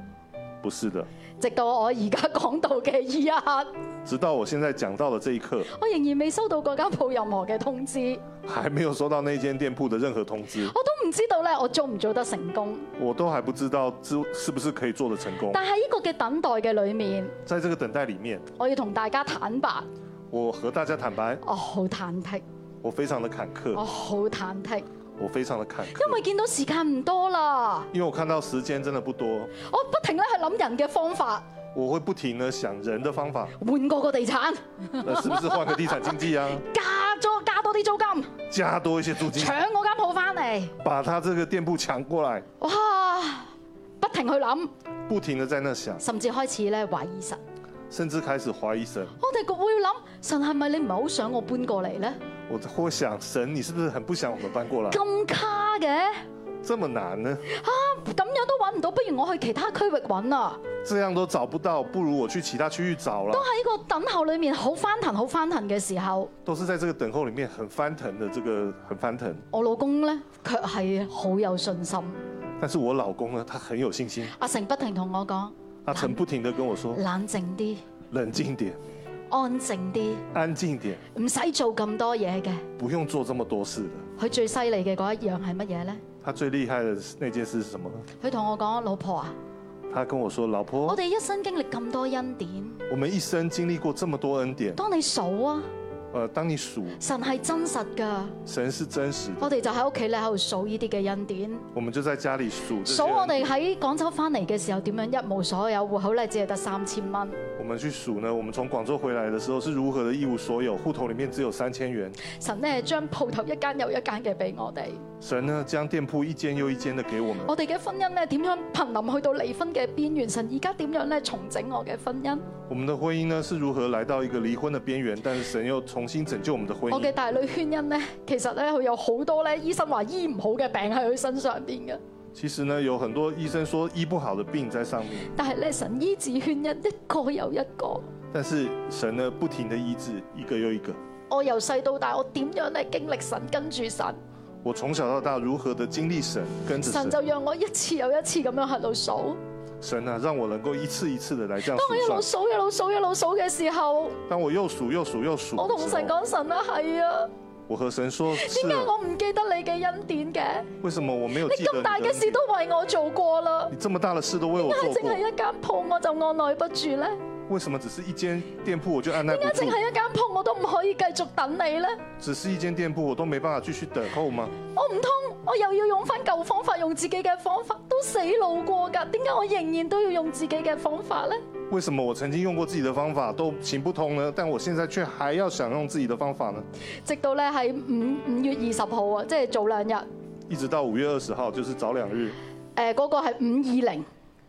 [SPEAKER 2] 不是的，
[SPEAKER 1] 直到我而家講到嘅依一刻，
[SPEAKER 2] 直到我现在讲到的这一刻，
[SPEAKER 1] 我仍然未收到嗰間鋪任何嘅通知。
[SPEAKER 2] 还没有收到那间店铺的任何通 知，
[SPEAKER 1] 我都唔知道咧，我做唔做得成功。
[SPEAKER 2] 我都还不知道是是不是可以做得成功。
[SPEAKER 1] 但喺呢個嘅等待嘅裏面，
[SPEAKER 2] 在这个等待里面，
[SPEAKER 1] 我要同大家坦白，
[SPEAKER 2] 我和大家坦白，
[SPEAKER 1] 我好忐忑，
[SPEAKER 2] 我非常的坎
[SPEAKER 1] 我
[SPEAKER 2] 坷，
[SPEAKER 1] 好忐忑，
[SPEAKER 2] 我非常的坎
[SPEAKER 1] 因為
[SPEAKER 2] 坷，
[SPEAKER 1] 見到時間唔多啦，
[SPEAKER 2] 因为我看到时间真的不多，
[SPEAKER 1] 我不停咧去諗人嘅方法，
[SPEAKER 2] 我會不停的想人的方法，
[SPEAKER 1] 換過個地產，
[SPEAKER 2] 那是不是换个地产经纪啊，
[SPEAKER 1] 加咗加多啲租金，
[SPEAKER 2] 加多一些租金？
[SPEAKER 1] 搶我間鋪翻嚟，
[SPEAKER 2] 把他这个店铺抢过来，
[SPEAKER 1] 哇！不停去諗，
[SPEAKER 2] 不停的在那想，
[SPEAKER 1] 甚至開始咧懷疑神。
[SPEAKER 2] 甚至开始怀疑神。
[SPEAKER 1] 我哋會諗神係咪你唔係好想我搬過嚟呢？
[SPEAKER 2] 我会想，神，你是不是很不想我们搬过来？
[SPEAKER 1] 咁卡嘅，
[SPEAKER 2] 这么难呢？
[SPEAKER 1] 咁樣都揾唔到，不如我去其他區域揾啊！
[SPEAKER 2] 这样都找不到，不如我去其他区域找了
[SPEAKER 1] 都。喺個等候裏面好翻騰、好翻騰嘅時候，
[SPEAKER 2] 都是在这个等候里面很翻腾的，这个很翻腾。
[SPEAKER 1] 我老公呢，卻係好有信心。
[SPEAKER 2] 但是我老公呢，他很有信心，
[SPEAKER 1] 阿成不停同我講：
[SPEAKER 2] 阿成不停的跟我说，
[SPEAKER 1] 冷靜啲，
[SPEAKER 2] 冷静点，
[SPEAKER 1] 安靜啲，
[SPEAKER 2] 安静点，
[SPEAKER 1] 唔使做咁多嘢嘅。
[SPEAKER 2] 不用做这么多事的。
[SPEAKER 1] 佢最犀利嘅嗰一樣係乜嘢呢？
[SPEAKER 2] 他最厉害的那件事是什么呢？
[SPEAKER 1] 佢同我講：老婆啊，
[SPEAKER 2] 他跟我说，老
[SPEAKER 1] 我
[SPEAKER 2] 婆，
[SPEAKER 1] 哋一生經歷咁多恩典，
[SPEAKER 2] 我们一生经历过这么多恩典，
[SPEAKER 1] 當你數啊，
[SPEAKER 2] 呃，当你数
[SPEAKER 1] 神係真實㗎。
[SPEAKER 2] 神是真实的，
[SPEAKER 1] 我哋就喺屋企咧喺度數呢啲嘅恩典，
[SPEAKER 2] 我們就在家裡數這些
[SPEAKER 1] 數
[SPEAKER 2] 人
[SPEAKER 1] 我哋喺廣州翻嚟嘅時候點樣一無所有，户口咧只係得三千蚊。
[SPEAKER 2] 我們去數呢，我們從廣州回來的時候是如何的一無所有，户頭裡面只有三千元。
[SPEAKER 1] 神咧將鋪頭一間又一間嘅俾我哋。
[SPEAKER 2] 神呢將店鋪一間又一間的給我們，
[SPEAKER 1] 我哋嘅婚姻咧點樣濒臨去到離婚嘅邊緣？神而家點樣咧重整我嘅婚姻？
[SPEAKER 2] 我們的婚姻呢是如何來到一個離婚的邊緣，但是神又重新拯救我們的婚
[SPEAKER 1] 我嘅
[SPEAKER 2] 姻。
[SPEAKER 1] 大女圈姻咧，其實咧佢有好多咧醫生話醫唔好嘅病喺佢身上邊嘅，
[SPEAKER 2] 其實呢有很多醫生說醫不好的病在上面，
[SPEAKER 1] 但係咧神醫治圈姻一個又一個。
[SPEAKER 2] 但是神呢不停的醫治一個又一個。
[SPEAKER 1] 我由細到大，我點樣咧經歷神跟住神？
[SPEAKER 2] 我從小到大如何的經歷神，跟着
[SPEAKER 1] 神
[SPEAKER 2] 神，
[SPEAKER 1] 就讓我一次又一次咁樣喺度數。
[SPEAKER 2] 神啊讓我能夠一次一次的來這樣
[SPEAKER 1] 當我一
[SPEAKER 2] 數
[SPEAKER 1] 路數
[SPEAKER 2] 算。
[SPEAKER 1] 一路數一路數嘅時候，
[SPEAKER 2] 當我又數又數又數，
[SPEAKER 1] 我同神，講：神啊，係啊，
[SPEAKER 2] 我和神說，
[SPEAKER 1] 點
[SPEAKER 2] 是
[SPEAKER 1] 解
[SPEAKER 2] 啊
[SPEAKER 1] 我唔記得你嘅恩典嘅？
[SPEAKER 2] 为什么我沒有記
[SPEAKER 1] 你
[SPEAKER 2] 得你
[SPEAKER 1] 咁
[SPEAKER 2] 的
[SPEAKER 1] 大嘅
[SPEAKER 2] 恩
[SPEAKER 1] 事
[SPEAKER 2] 典
[SPEAKER 1] 都為我做過啦。
[SPEAKER 2] 你这么大的事都为我
[SPEAKER 1] 點解
[SPEAKER 2] 做
[SPEAKER 1] 淨
[SPEAKER 2] 過，
[SPEAKER 1] 係一間鋪我就按耐不住呢？
[SPEAKER 2] 为什么只是一间店铺我就按耐不
[SPEAKER 1] 點解淨？
[SPEAKER 2] 住
[SPEAKER 1] 係一間鋪我都唔可以繼續等你呢？
[SPEAKER 2] 只是一间店铺我都没办法继续等候吗？
[SPEAKER 1] 我唔通我又要用翻舊方法，用自己嘅方法都死路過㗎？點解我仍然都要用自己嘅方法呢？
[SPEAKER 2] 为什么我曾经用过自己的方法都行不通呢？但我现在却还要想用自己的方法呢？
[SPEAKER 1] 直到咧係五五月二十號啊，即係早兩日，
[SPEAKER 2] 一直到五月二十号，就是早两日，
[SPEAKER 1] 誒嗰個係五二零，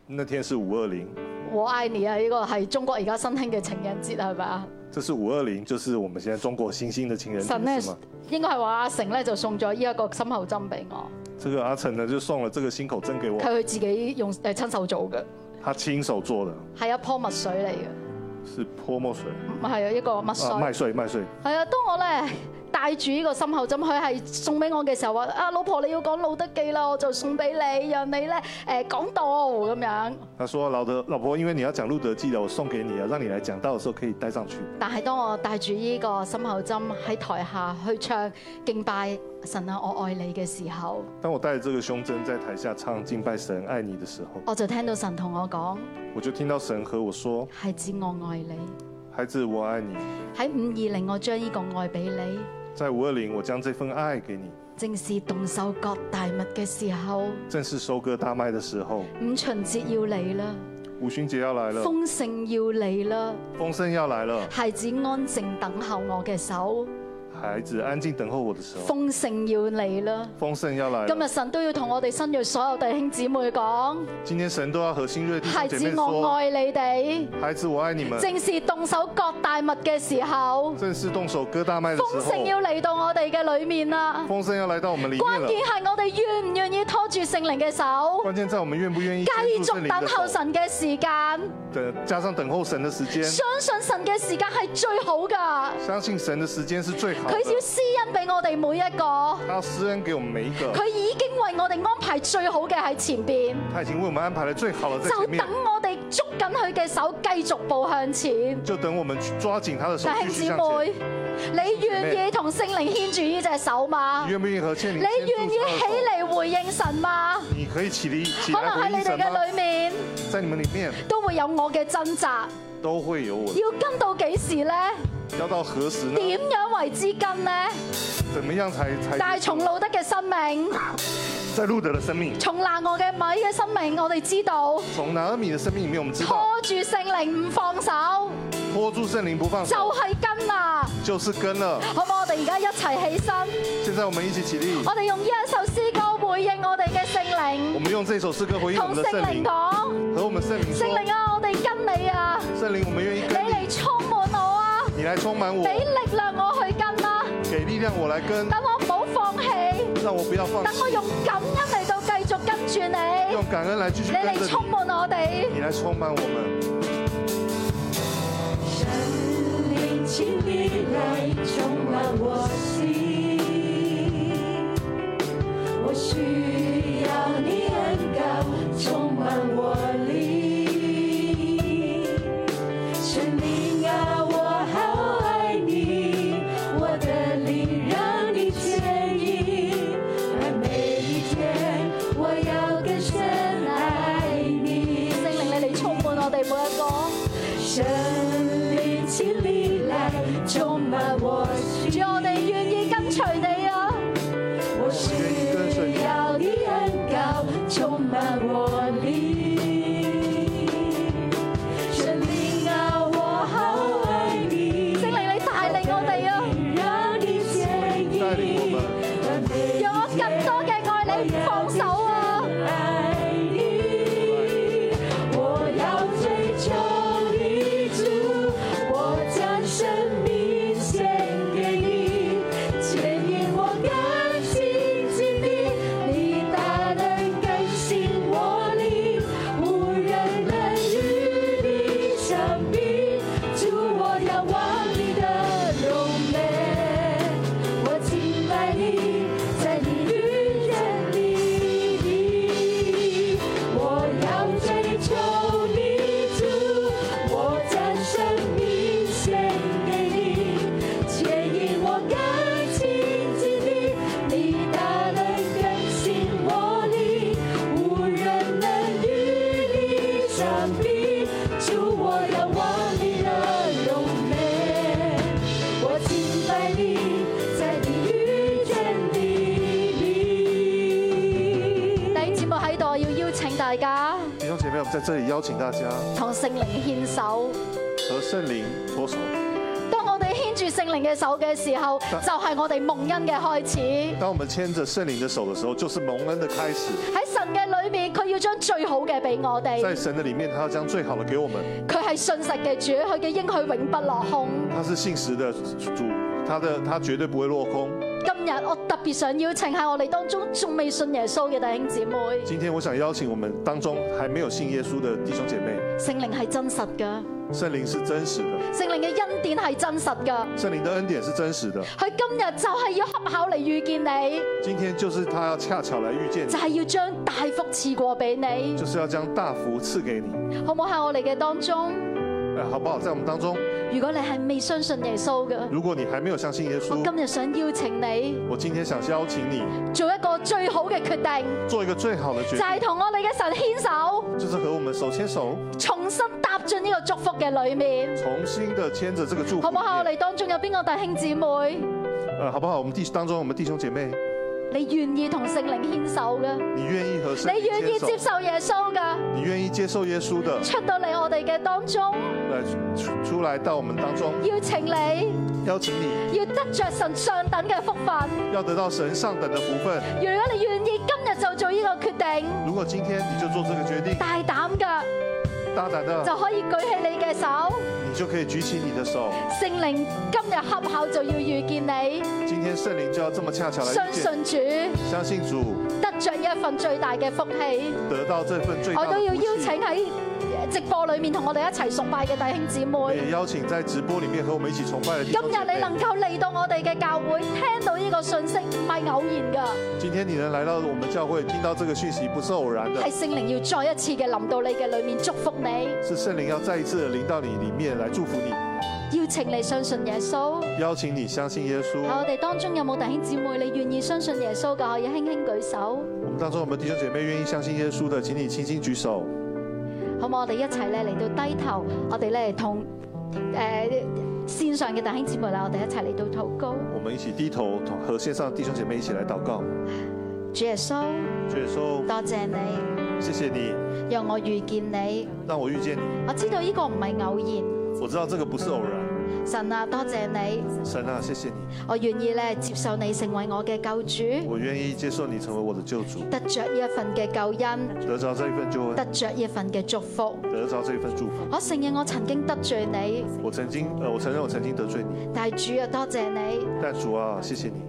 [SPEAKER 2] 那天是五二零，
[SPEAKER 1] 我愛你啊！呢個係中國而家新興嘅情人節係咪啊？
[SPEAKER 2] 这是五二零，就是我们现在中國新興的情人
[SPEAKER 1] 神
[SPEAKER 2] 節
[SPEAKER 1] 咧
[SPEAKER 2] 是嗎？
[SPEAKER 1] 應該係話阿成咧就送咗呢一個心口針俾我，
[SPEAKER 2] 這個阿成呢就送了這個心口針給我
[SPEAKER 1] 係，佢自己用誒親手做嘅，
[SPEAKER 2] 他親手做的，
[SPEAKER 1] 係一泡墨水嚟嘅，
[SPEAKER 2] 是潑墨水
[SPEAKER 1] 唔係啊一個墨水。
[SPEAKER 2] 啊，麥穗麥穗。
[SPEAKER 1] 係啊，當我咧帶住呢個心口針，佢係送俾我嘅時候話：啊，老婆你要講《路德記》啦，我就送俾你，讓你咧誒講道咁樣。
[SPEAKER 2] 他說：“老德，老婆，因為你要講《路德記》了，我送給你了，啊讓你來講道的時候可以帶上去。
[SPEAKER 1] 但係當我帶住呢個心口針喺台下去唱敬拜神啊，我愛你嘅時候，
[SPEAKER 2] 當我帶着這個胸針在台下唱敬拜神愛你的時候，
[SPEAKER 1] 我就聽到神同我講：
[SPEAKER 2] 我就聽到神和我說
[SPEAKER 1] 孩子，我愛你。：‘
[SPEAKER 2] 孩子，我愛你。
[SPEAKER 1] 喺五二零，我將呢個愛俾你。
[SPEAKER 2] 在五二零，我將這份愛給你。
[SPEAKER 1] 正是動手割大物嘅時候，
[SPEAKER 2] 正是收割大麥的時候，
[SPEAKER 1] 五旬節要嚟啦，
[SPEAKER 2] 五旬節要來了，
[SPEAKER 1] 豐盛要嚟啦。
[SPEAKER 2] 豐盛要來了。
[SPEAKER 1] 孩子安靜等候我嘅手，
[SPEAKER 2] 孩子，安靜等候我的時候，
[SPEAKER 1] 豐盛要嚟啦。
[SPEAKER 2] 豐盛要來
[SPEAKER 1] 今
[SPEAKER 2] 了
[SPEAKER 1] 日。神都要同我哋新約所有弟兄姊妹講：
[SPEAKER 2] 今天神都要和新锐弟
[SPEAKER 1] 孩
[SPEAKER 2] 兄姐
[SPEAKER 1] 子
[SPEAKER 2] 妹
[SPEAKER 1] 我
[SPEAKER 2] 說：
[SPEAKER 1] 愛你哋。
[SPEAKER 2] 孩子，我愛你們。
[SPEAKER 1] 正是動手割大物嘅時候，
[SPEAKER 2] 正是動手割大麥的時
[SPEAKER 1] 豐盛
[SPEAKER 2] 候，
[SPEAKER 1] 要嚟到我哋嘅裏面啦。
[SPEAKER 2] 豐盛要來到我們裡面
[SPEAKER 1] 關
[SPEAKER 2] 了。
[SPEAKER 1] 鍵係我哋願唔願意拖住聖靈嘅手，
[SPEAKER 2] 關鍵在我們願不願意
[SPEAKER 1] 繼
[SPEAKER 2] 接住聖
[SPEAKER 1] 續
[SPEAKER 2] 靈
[SPEAKER 1] 等
[SPEAKER 2] 的
[SPEAKER 1] 候
[SPEAKER 2] 手。
[SPEAKER 1] 神嘅時間。
[SPEAKER 2] 等加上等候神的時間，
[SPEAKER 1] 相信神嘅時間係最好噶，
[SPEAKER 2] 相信神的時間是最好的
[SPEAKER 1] 佢。要施恩俾我哋每一個，
[SPEAKER 2] 他施恩給我們每一個，
[SPEAKER 1] 佢已經為我哋安排最好嘅喺前邊，
[SPEAKER 2] 他已經為我們安排了最好的在
[SPEAKER 1] 就
[SPEAKER 2] 前面
[SPEAKER 1] 等，我哋捉緊佢嘅手，繼續步向前。
[SPEAKER 2] 就等我們去抓緊他的手
[SPEAKER 1] 弟兄
[SPEAKER 2] 繼
[SPEAKER 1] 姊
[SPEAKER 2] 續向前
[SPEAKER 1] 妹。，你願意同聖靈牽住呢隻手嗎
[SPEAKER 2] 你？願不願意和倩
[SPEAKER 1] 你
[SPEAKER 2] 玲牽
[SPEAKER 1] 願意
[SPEAKER 2] 住他的手
[SPEAKER 1] 起嚟回應神嗎？
[SPEAKER 2] 你可以起立起
[SPEAKER 1] 可能
[SPEAKER 2] 來
[SPEAKER 1] 喺
[SPEAKER 2] 回
[SPEAKER 1] 你
[SPEAKER 2] 應
[SPEAKER 1] 哋
[SPEAKER 2] 神
[SPEAKER 1] 嘅
[SPEAKER 2] 嗎？
[SPEAKER 1] 裏面
[SPEAKER 2] 在你們裡面
[SPEAKER 1] 都會有我嘅掙扎，
[SPEAKER 2] 都會有我的，
[SPEAKER 1] 要跟到幾時呢？
[SPEAKER 2] 要到何時呢？
[SPEAKER 1] 點樣為之跟呢？
[SPEAKER 2] 怎麼樣才才
[SPEAKER 1] 但係從路德嘅生命，
[SPEAKER 2] 在路德的生命，
[SPEAKER 1] 從拿我嘅米嘅生命，我哋知道。
[SPEAKER 2] 從拿俄米的生命裡面，我們知道
[SPEAKER 1] 拖住聖靈唔放手，
[SPEAKER 2] 拖住聖靈不放
[SPEAKER 1] 就
[SPEAKER 2] 手，
[SPEAKER 1] 係跟啦，
[SPEAKER 2] 就是跟了。
[SPEAKER 1] 好唔好？我哋而家一齊起身，
[SPEAKER 2] 現在我們一起起立，
[SPEAKER 1] 我哋用呢一首詩歌回應我哋嘅聖
[SPEAKER 2] 我
[SPEAKER 1] 靈，
[SPEAKER 2] 們用這首詩歌回應我
[SPEAKER 1] 同
[SPEAKER 2] 們的
[SPEAKER 1] 聖
[SPEAKER 2] 聖
[SPEAKER 1] 靈
[SPEAKER 2] 靈，
[SPEAKER 1] 講：
[SPEAKER 2] 和我們聖靈
[SPEAKER 1] 聖
[SPEAKER 2] 說：
[SPEAKER 1] 靈啊，我哋跟你啊，
[SPEAKER 2] 聖靈，我們願意
[SPEAKER 1] 你
[SPEAKER 2] 跟你，
[SPEAKER 1] 嚟充滿我啊，
[SPEAKER 2] 你來充滿我，
[SPEAKER 1] 俾力量我去跟啦，
[SPEAKER 2] 給力量我來跟，
[SPEAKER 1] 等我唔好放棄，
[SPEAKER 2] 讓我不要放
[SPEAKER 1] 等
[SPEAKER 2] 棄
[SPEAKER 1] 我。用感恩嚟到繼續跟住你，
[SPEAKER 2] 用感恩來繼續
[SPEAKER 1] 你
[SPEAKER 2] 跟着
[SPEAKER 1] 嚟充
[SPEAKER 2] 你，
[SPEAKER 1] 滿我哋。
[SPEAKER 2] 你來充滿我們。
[SPEAKER 3] 神灵，请你来充满我心，我需要你恩膏充满我灵。神灵啊，我好爱你，我的灵让你牵引，而每一天我要更深爱你。
[SPEAKER 1] 聖靈，你嚟充滿我哋每一個，
[SPEAKER 3] 神灵，请你来充满我心，
[SPEAKER 1] 主我哋願意跟隨你啊！
[SPEAKER 3] 我需要你恩膏充满我灵。神灵啊，我好爱你，
[SPEAKER 1] 聖靈，你帶領我哋啊！
[SPEAKER 3] 让你牵引，
[SPEAKER 2] 帶領我們
[SPEAKER 1] 让我更多嘅愛你唔放手啊！
[SPEAKER 3] 爱你，我要追求你主，我将生命献给你，牵引我更亲近你，你大能更新我灵，无人能与你相比，主我要望你的容颜。我敬拜你，在你遇见你，我要追求你主，我将生命献给你，牵引我更亲近你，你大能更新我灵，无人能与你相比，主我要望你的容颜。我敬拜你，在你遇见
[SPEAKER 1] 弟
[SPEAKER 3] 你。
[SPEAKER 1] 兄姊妹喺度，我要邀請大家
[SPEAKER 2] 弟兄姐妹，我們在這裡邀請大家
[SPEAKER 1] 同聖靈牽手。
[SPEAKER 2] 和聖靈左手。
[SPEAKER 1] 當我哋牽住聖靈嘅手嘅時候，就係我哋蒙恩嘅開始。
[SPEAKER 2] 当我们牵着圣灵的手的时候，就是蒙恩的开始。
[SPEAKER 1] 喺神嘅裏面，佢要將最好嘅俾我哋。
[SPEAKER 2] 在神的里面，他要将最好的给我们。
[SPEAKER 1] 佢係信實嘅主，佢嘅應許永不落空。
[SPEAKER 2] 他是信实的主，他的他绝对不会落空。
[SPEAKER 1] 今日我特別想邀請喺我哋當中仲未信耶穌嘅弟兄姊妹，
[SPEAKER 2] 今天我想邀请我们当中还没有信耶稣的弟兄姐妹，
[SPEAKER 1] 聖靈係真實㗎，
[SPEAKER 2] 圣灵是真实的，
[SPEAKER 1] 聖靈嘅恩典係真實㗎。
[SPEAKER 2] 圣灵的恩典是真实的。
[SPEAKER 1] 佢今日就係要恰巧嚟遇見你，
[SPEAKER 2] 今天就是他要恰巧来遇见
[SPEAKER 1] 就
[SPEAKER 2] 你，
[SPEAKER 1] 係要將大福賜過俾你，
[SPEAKER 2] 就是要将大福赐给你，
[SPEAKER 1] 好唔好喺我哋嘅當中？
[SPEAKER 2] 呃，好不好？在我们当中，
[SPEAKER 1] 如果你係未相信耶穌嘅，
[SPEAKER 2] 如果你还没有相信耶
[SPEAKER 1] 我
[SPEAKER 2] 稣，
[SPEAKER 1] 今日想邀請你
[SPEAKER 2] 我今天想邀请你
[SPEAKER 1] 做一個最好嘅決定，
[SPEAKER 2] 做一个最好的决
[SPEAKER 1] 就係同我哋嘅神牽手，
[SPEAKER 2] 定，就是和我们手牵手，
[SPEAKER 1] 重新踏進呢個祝福嘅裏面。
[SPEAKER 2] 重新的牵着这个祝福
[SPEAKER 1] 好唔好喺我
[SPEAKER 2] 里面。
[SPEAKER 1] 哋當中有邊個弟兄姊妹，
[SPEAKER 2] 呃，好不好？我们弟当中，我们弟兄姐妹，
[SPEAKER 1] 你願意同聖靈牽手嘅？
[SPEAKER 2] 你愿意和圣
[SPEAKER 1] 你
[SPEAKER 2] 灵
[SPEAKER 1] 願
[SPEAKER 2] 牵
[SPEAKER 1] 意
[SPEAKER 2] 手
[SPEAKER 1] 接，受耶穌嘅？
[SPEAKER 2] 你愿意接受耶稣的，
[SPEAKER 1] 出到嚟我哋嘅當中，
[SPEAKER 2] 来出出来到我们当中，
[SPEAKER 1] 邀請你，
[SPEAKER 2] 邀请你
[SPEAKER 1] 要得着神上等嘅福分。
[SPEAKER 2] 要得到神上等的福分。
[SPEAKER 1] 如果你願意今日就做呢個決定，
[SPEAKER 2] 如果今天你就做这个决定，
[SPEAKER 1] 大膽嘅
[SPEAKER 2] 大胆的，
[SPEAKER 1] 就可以舉起你嘅手，
[SPEAKER 2] 你就可以举起你的手。
[SPEAKER 1] 聖靈今日恰巧就要遇見你，
[SPEAKER 2] 今天圣灵就要这么恰巧来
[SPEAKER 1] 相
[SPEAKER 2] 遇见，
[SPEAKER 1] 信主，
[SPEAKER 2] 相信主
[SPEAKER 1] 得着呢一份最大嘅福氣。
[SPEAKER 2] 得到这份最大
[SPEAKER 1] 我
[SPEAKER 2] 的
[SPEAKER 1] 都要
[SPEAKER 2] 福
[SPEAKER 1] 邀
[SPEAKER 2] 气。
[SPEAKER 1] 請喺直播裏面同我哋一齊崇拜嘅弟兄姊妹。
[SPEAKER 2] 也邀请在直播里面和我们一起崇拜的弟
[SPEAKER 1] 今
[SPEAKER 2] 兄
[SPEAKER 1] 日
[SPEAKER 2] 姐
[SPEAKER 1] 你
[SPEAKER 2] 妹。
[SPEAKER 1] 能夠嚟到我哋嘅教會，聽到呢個信息唔係偶然噶，
[SPEAKER 2] 今天你能来到我们教會，聽到這個訊息不是偶然的
[SPEAKER 1] 係，聖靈要再一次嘅臨到你嘅裏面祝福你，
[SPEAKER 2] 是聖靈要再一次的臨到你里面來祝福你，
[SPEAKER 1] 邀請你相信耶穌。
[SPEAKER 2] 邀請你相信耶穌。
[SPEAKER 1] 喺我哋當中有冇弟兄姊妹你願意相信耶穌嘅，可以輕輕舉手，
[SPEAKER 2] 我們當中有沒有弟兄姐妹願意相信耶穌的，請你輕輕舉手。
[SPEAKER 1] 好唔好？我哋一齊咧嚟到低頭，我哋咧同誒線上嘅弟兄姊妹啦，我哋一齊嚟到禱告。
[SPEAKER 2] 我們一起低頭，同和線上的弟兄姐妹一起來禱告。
[SPEAKER 1] 主耶穌，
[SPEAKER 2] 主耶穌，
[SPEAKER 1] 多謝你，
[SPEAKER 2] 謝謝你
[SPEAKER 1] 讓我遇見你。
[SPEAKER 2] 讓我遇見你，
[SPEAKER 1] 我知道呢個唔係偶然，
[SPEAKER 2] 我知道這個不是偶然。
[SPEAKER 1] 神啊，多謝你，
[SPEAKER 2] 神啊，謝謝你，
[SPEAKER 1] 我願意咧接受你成為我嘅救主。
[SPEAKER 2] 我願意接受你成為我的救主，
[SPEAKER 1] 得着呢一份嘅救恩，
[SPEAKER 2] 得着這一份救
[SPEAKER 1] 得
[SPEAKER 2] 恩，
[SPEAKER 1] 着呢一份嘅祝福。
[SPEAKER 2] 得着這一份祝福。
[SPEAKER 1] 我承認我曾經得罪你，
[SPEAKER 2] 我曾經，呃，我承認我曾經得罪你，
[SPEAKER 1] 但係主啊，多謝你，
[SPEAKER 2] 但主啊，謝謝你，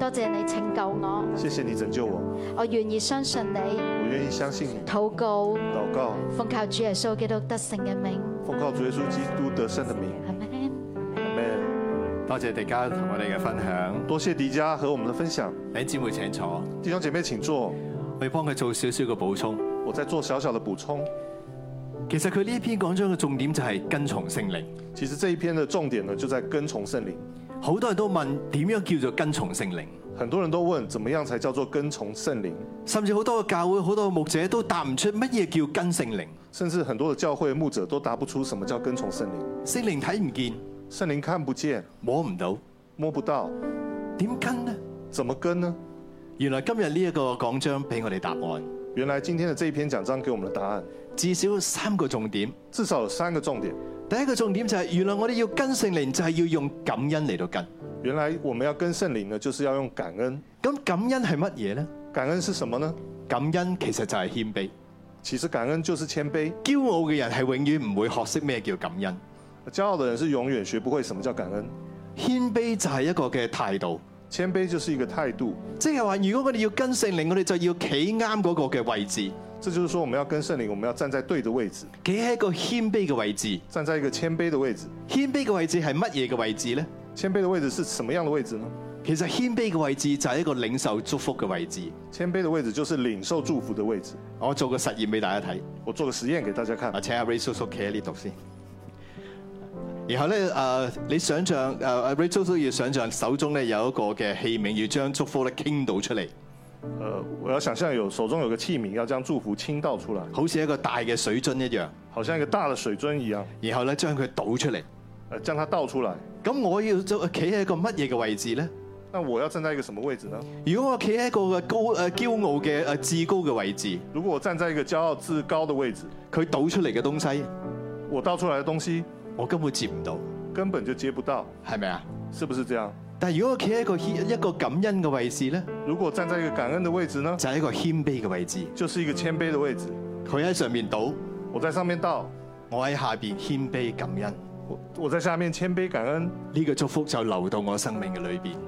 [SPEAKER 1] 多謝你拯救我，
[SPEAKER 2] 謝謝你拯救我，
[SPEAKER 1] 我願意相信你。
[SPEAKER 2] 我願意相信你。
[SPEAKER 1] 禱告，
[SPEAKER 2] 祷告，
[SPEAKER 1] 奉靠主耶穌基督得勝嘅名，
[SPEAKER 2] 奉靠主耶穌基督得勝的名，
[SPEAKER 1] 阿門。
[SPEAKER 2] 阿門。
[SPEAKER 4] 多謝迪嘉同我哋嘅分享，
[SPEAKER 2] 多謝迪迦和我們的分享，
[SPEAKER 4] 弟兄姊妹請坐，
[SPEAKER 2] 弟兄姐妹請坐，
[SPEAKER 4] 我要幫佢做少少嘅補充。
[SPEAKER 2] 我再做小小的補充。
[SPEAKER 4] 其實佢呢篇講章嘅重點就係跟從聖靈。
[SPEAKER 2] 其實這一篇的重點呢，就在跟從聖靈。
[SPEAKER 4] 好多人都問點樣叫做跟從聖靈，
[SPEAKER 2] 很多人都問，怎麼樣才叫做跟從聖靈？
[SPEAKER 4] 甚至好多嘅教會、好多嘅牧者都答唔出乜嘢叫跟聖靈。
[SPEAKER 2] 甚至很多的教會牧者都答不出什麼叫跟從聖靈。
[SPEAKER 4] 聖靈睇唔見，
[SPEAKER 2] 聖靈看不見，
[SPEAKER 4] 摸唔到，
[SPEAKER 2] 摸不到，
[SPEAKER 4] 點跟呢？
[SPEAKER 2] 怎麼跟呢？
[SPEAKER 4] 原來今日呢一個講章俾我哋答案，
[SPEAKER 2] 原來今天的這一篇講章給我們的答案，
[SPEAKER 4] 至少三個重點。
[SPEAKER 2] 至少有三個重點。
[SPEAKER 4] 第一個重點就係、原來我哋要跟聖靈就係要用感恩嚟到跟。
[SPEAKER 2] 原來我們要跟聖靈呢，就是要用感恩。
[SPEAKER 4] 咁感恩係乜嘢呢？
[SPEAKER 2] 感恩是什麼呢？
[SPEAKER 4] 感恩其實就係謙卑。
[SPEAKER 2] 其實感恩就是謙卑。
[SPEAKER 4] 驕傲嘅人係永遠唔會學識咩叫感恩，
[SPEAKER 2] 驕傲的人是永遠學不會什麼叫感恩，
[SPEAKER 4] 謙卑就係一個嘅態度。
[SPEAKER 2] 謙卑就是一個態度。
[SPEAKER 4] 即係話，如果我哋要跟聖靈，我哋就要企啱嗰個嘅位置，
[SPEAKER 2] 這就是說，我們要跟聖靈，我們要站在對的位置，
[SPEAKER 4] 企喺一個謙卑嘅位置。
[SPEAKER 2] 站在一個謙卑的位置。
[SPEAKER 4] 謙卑嘅位置係乜嘢嘅位置呢？
[SPEAKER 2] 謙卑的位置是什麼樣的位置呢？
[SPEAKER 4] 其實謙卑嘅位置就係一個領受祝福嘅位置。
[SPEAKER 2] 謙卑的位置就是領受祝福的位置。
[SPEAKER 4] 我做個實驗俾大家睇，
[SPEAKER 2] 我做個實驗給大家看
[SPEAKER 4] 啊，。請阿 Ray 叔叔企喺呢度先。然後咧，誒、你想象誒、Ray 叔叔要想象手中咧有一個嘅器皿，要將祝福咧傾倒出嚟，
[SPEAKER 2] 呃，我要想象有手中有個器皿，要將祝福傾倒出來，
[SPEAKER 4] 好似一個大嘅水樽一樣，
[SPEAKER 2] 好像一個大的水樽一樣，
[SPEAKER 4] 然後咧將佢倒出嚟。
[SPEAKER 2] 呃，將它倒出來。
[SPEAKER 4] 咁我要就企喺一個乜嘢嘅位置呢？
[SPEAKER 2] 那我要站在一個什麼位置呢？
[SPEAKER 4] 如果我企喺一個嘅高誒驕傲嘅誒至高嘅位置，
[SPEAKER 2] 如果我站在一個驕傲自高的位置，
[SPEAKER 4] 佢倒出嚟嘅東西，
[SPEAKER 2] 我倒出來的東西
[SPEAKER 4] 我根本接唔到，
[SPEAKER 2] 根本就接不到，
[SPEAKER 4] 係咪啊？
[SPEAKER 2] 是不是这样？
[SPEAKER 4] 但係如果我企喺一個謙一個感恩嘅位置咧，
[SPEAKER 2] 如果站在一个感恩的位置呢，
[SPEAKER 4] 就係、一個謙卑嘅位置。
[SPEAKER 2] 就是一个谦卑的位置。
[SPEAKER 4] 佢喺上面倒，
[SPEAKER 2] 我在上面倒，
[SPEAKER 4] 我喺下邊謙卑感恩。
[SPEAKER 2] 我我在下面谦卑感恩，
[SPEAKER 4] 呢、個祝福就流到我生命嘅裏邊，呢、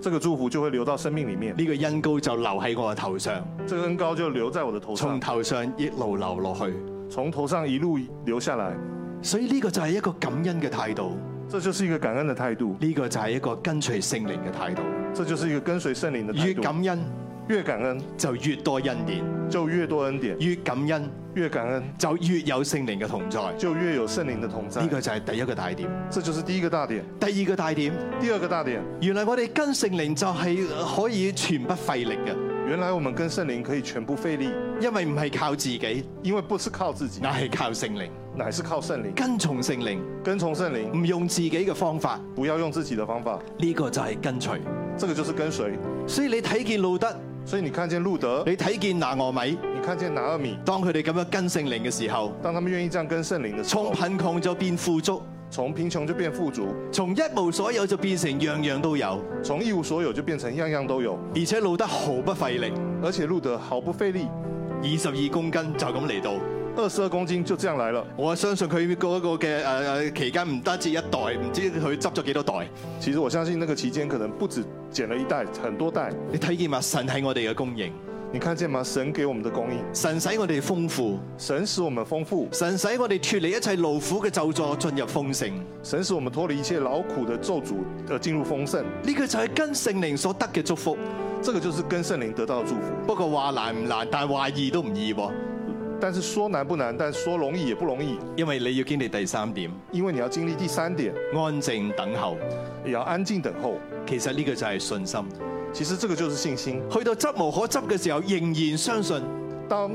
[SPEAKER 2] 这个祝福就会流到生命里面，
[SPEAKER 4] 個恩高就流喺我嘅頭上，
[SPEAKER 2] 这个恩高就留在我的头
[SPEAKER 4] 從
[SPEAKER 2] 上，
[SPEAKER 4] 頭上一路流落去。
[SPEAKER 2] 从头上一路流下来。
[SPEAKER 4] 所以呢個就係一個感恩嘅態度，
[SPEAKER 2] 这就是一个感恩的态度，
[SPEAKER 4] 呢、個就係一個跟隨聖靈嘅態度。
[SPEAKER 2] 这就是一个跟随圣灵的态
[SPEAKER 4] 越
[SPEAKER 2] 度。
[SPEAKER 4] 感恩
[SPEAKER 2] 越感恩，
[SPEAKER 4] 就越多恩典，
[SPEAKER 2] 就越多恩典；
[SPEAKER 4] 越感恩
[SPEAKER 2] 越感恩，
[SPEAKER 4] 就越有聖靈嘅同在。呢、
[SPEAKER 2] 就越有圣灵的同在。
[SPEAKER 4] 個就係第一個大點。
[SPEAKER 2] 这就是第一个大点。
[SPEAKER 4] 第二個大點。
[SPEAKER 2] 第二个大点，
[SPEAKER 4] 原來我哋跟聖靈就係可以全不費力嘅，
[SPEAKER 2] 原来我们跟圣灵可以全部费力，
[SPEAKER 4] 因為唔係靠自己，
[SPEAKER 2] 因为不是靠自己，
[SPEAKER 4] 乃係靠聖靈，
[SPEAKER 2] 乃是靠圣灵，
[SPEAKER 4] 跟從聖靈，
[SPEAKER 2] 跟从圣灵，
[SPEAKER 4] 唔用自己嘅方法，
[SPEAKER 2] 不要用自己的方法。
[SPEAKER 4] 呢、個就係跟隨。
[SPEAKER 2] 这个就是跟随。
[SPEAKER 4] 所以你睇見路德，
[SPEAKER 2] 所以你看见路德，
[SPEAKER 4] 你睇見拿俄米，
[SPEAKER 2] 你看见拿二米，
[SPEAKER 4] 當佢哋咁樣跟聖靈嘅時候，
[SPEAKER 2] 当他们愿意这样跟圣灵的时
[SPEAKER 4] 從
[SPEAKER 2] 候，
[SPEAKER 4] 貧窮就變富足，
[SPEAKER 2] 从贫穷就变富足，
[SPEAKER 4] 從一無所有就變成樣樣都有，
[SPEAKER 2] 从一无所有就变成样样都有。
[SPEAKER 4] 而且路德毫不費力，
[SPEAKER 2] 而且路德毫不费力，
[SPEAKER 4] 二十二公斤就咁嚟到。
[SPEAKER 2] 二十二公斤就这样来了。
[SPEAKER 4] 我相信佢嗰個嘅誒誒期間唔單止一袋，唔知佢執咗幾多袋。
[SPEAKER 2] 其实我相信那个期间可能不止捡了一袋，很多袋。
[SPEAKER 4] 你睇見嘛？神係我哋嘅供應。
[SPEAKER 2] 你看见吗？神给我们的供应，
[SPEAKER 4] 神使我哋豐富，
[SPEAKER 2] 神使我们丰富，
[SPEAKER 4] 神使我哋脱離一切勞苦嘅咒詛，進入豐盛。呢、
[SPEAKER 2] 神使我们脱离一切劳苦的咒诅，呃，进入丰盛。
[SPEAKER 4] 個就係跟聖靈所得嘅祝福。
[SPEAKER 2] 这个就是跟圣灵得到的祝福。
[SPEAKER 4] 不過話難唔難，但係話易都唔易喎，
[SPEAKER 2] 但是说難不難，但说容易也不容易，
[SPEAKER 4] 因為你要經歷第三點，
[SPEAKER 2] 因为你要经历第三点，
[SPEAKER 4] 安靜等候。
[SPEAKER 2] 也要安静等候。
[SPEAKER 4] 其實呢個就係信心。
[SPEAKER 2] 其实这个就是信心。
[SPEAKER 4] 去到執無可執嘅時候，仍然相信。
[SPEAKER 2] 当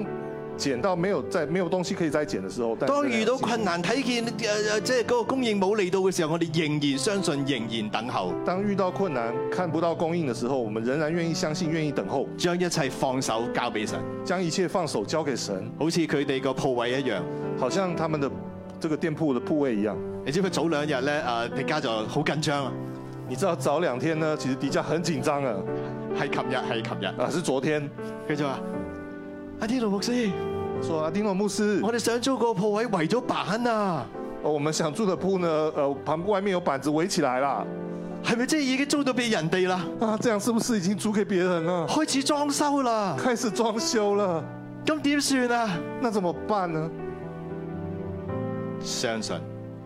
[SPEAKER 2] 捡到没有再没有东西可以再捡的时候，但
[SPEAKER 4] 當
[SPEAKER 2] 是
[SPEAKER 4] 遇到困，難，睇見誒誒、呃即係嗰個供應冇嚟到嘅時候，我哋仍然相信，仍然等候，
[SPEAKER 2] 当遇到困难看不到供应的时候，我们仍然愿意相信，愿意等候，
[SPEAKER 4] 將一切放手交俾神，
[SPEAKER 2] 将一切放手交给神，
[SPEAKER 4] 好似佢哋個鋪位一樣。
[SPEAKER 2] 好像他们的这个店铺的铺位一样。
[SPEAKER 4] 你知唔知早兩日咧？誒迪加就好緊張啊！
[SPEAKER 2] 你知道早两天呢，其实迪迦很紧张啊，
[SPEAKER 4] 係琴日，係琴日。
[SPEAKER 2] 啊是昨天
[SPEAKER 4] 佢就話：阿天奴牧師，
[SPEAKER 2] 说阿丁诺牧师，
[SPEAKER 4] 我哋想租個鋪位圍咗板啊，
[SPEAKER 2] 呃我们想住的铺呢，呃旁外面有板子围起来啦，
[SPEAKER 4] 係咪即係已經租到俾人哋啦？
[SPEAKER 2] 啊这样是不是已经租给别人了？
[SPEAKER 4] 開始裝修啦，
[SPEAKER 2] 开始装修了，
[SPEAKER 4] 咁點算啊？
[SPEAKER 2] 那怎么办呢？
[SPEAKER 4] 相信、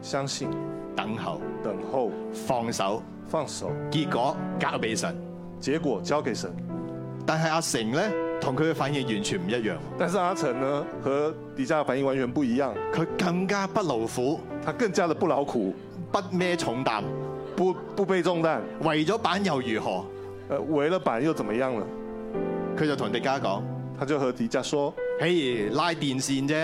[SPEAKER 2] 相信、
[SPEAKER 4] 等候、
[SPEAKER 2] 等候、
[SPEAKER 4] 放手，
[SPEAKER 2] 放手，
[SPEAKER 4] 結果交俾神。
[SPEAKER 2] 结果交给神。
[SPEAKER 4] 但係阿成咧，同佢嘅反應完全唔一樣，
[SPEAKER 2] 但是阿成呢，和迪迦的反应完全不一样，
[SPEAKER 4] 佢更加不勞苦，
[SPEAKER 2] 他更加的不劳苦，
[SPEAKER 4] 不孭重擔，
[SPEAKER 2] 不不背重担，
[SPEAKER 4] 圍咗板又如何？
[SPEAKER 2] 呃，围了板又怎么样了？
[SPEAKER 4] 佢就同迪加講：，
[SPEAKER 2] 他就和迪迦说
[SPEAKER 4] 嘿，拉電線啫。：“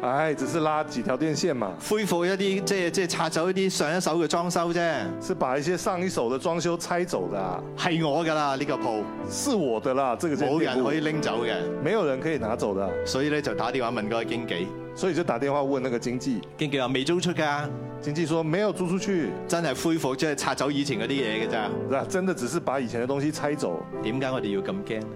[SPEAKER 2] 哎，只是拉几条电线嘛，
[SPEAKER 4] 恢復一啲即係即係拆走一啲上一手嘅裝修啫，
[SPEAKER 2] 是把一些上一手的装修拆走的、啊，
[SPEAKER 4] 係我㗎啦呢個鋪，
[SPEAKER 2] 是我的啦，这个
[SPEAKER 4] 冇人可以
[SPEAKER 2] 以，
[SPEAKER 4] 拎走嘅，
[SPEAKER 2] 没有人可以拿走的啊、
[SPEAKER 4] 所以咧就打電話問嗰個經紀，
[SPEAKER 2] 所以就打电話问那个经纪，
[SPEAKER 4] 經紀話未租出㗎，
[SPEAKER 2] 经纪说没有租出去，
[SPEAKER 4] 真係恢復即係拆走以前嗰啲嘢嘅咋，
[SPEAKER 2] 那真的只是把以前的东西拆走。
[SPEAKER 4] 點解我哋要咁驚呢？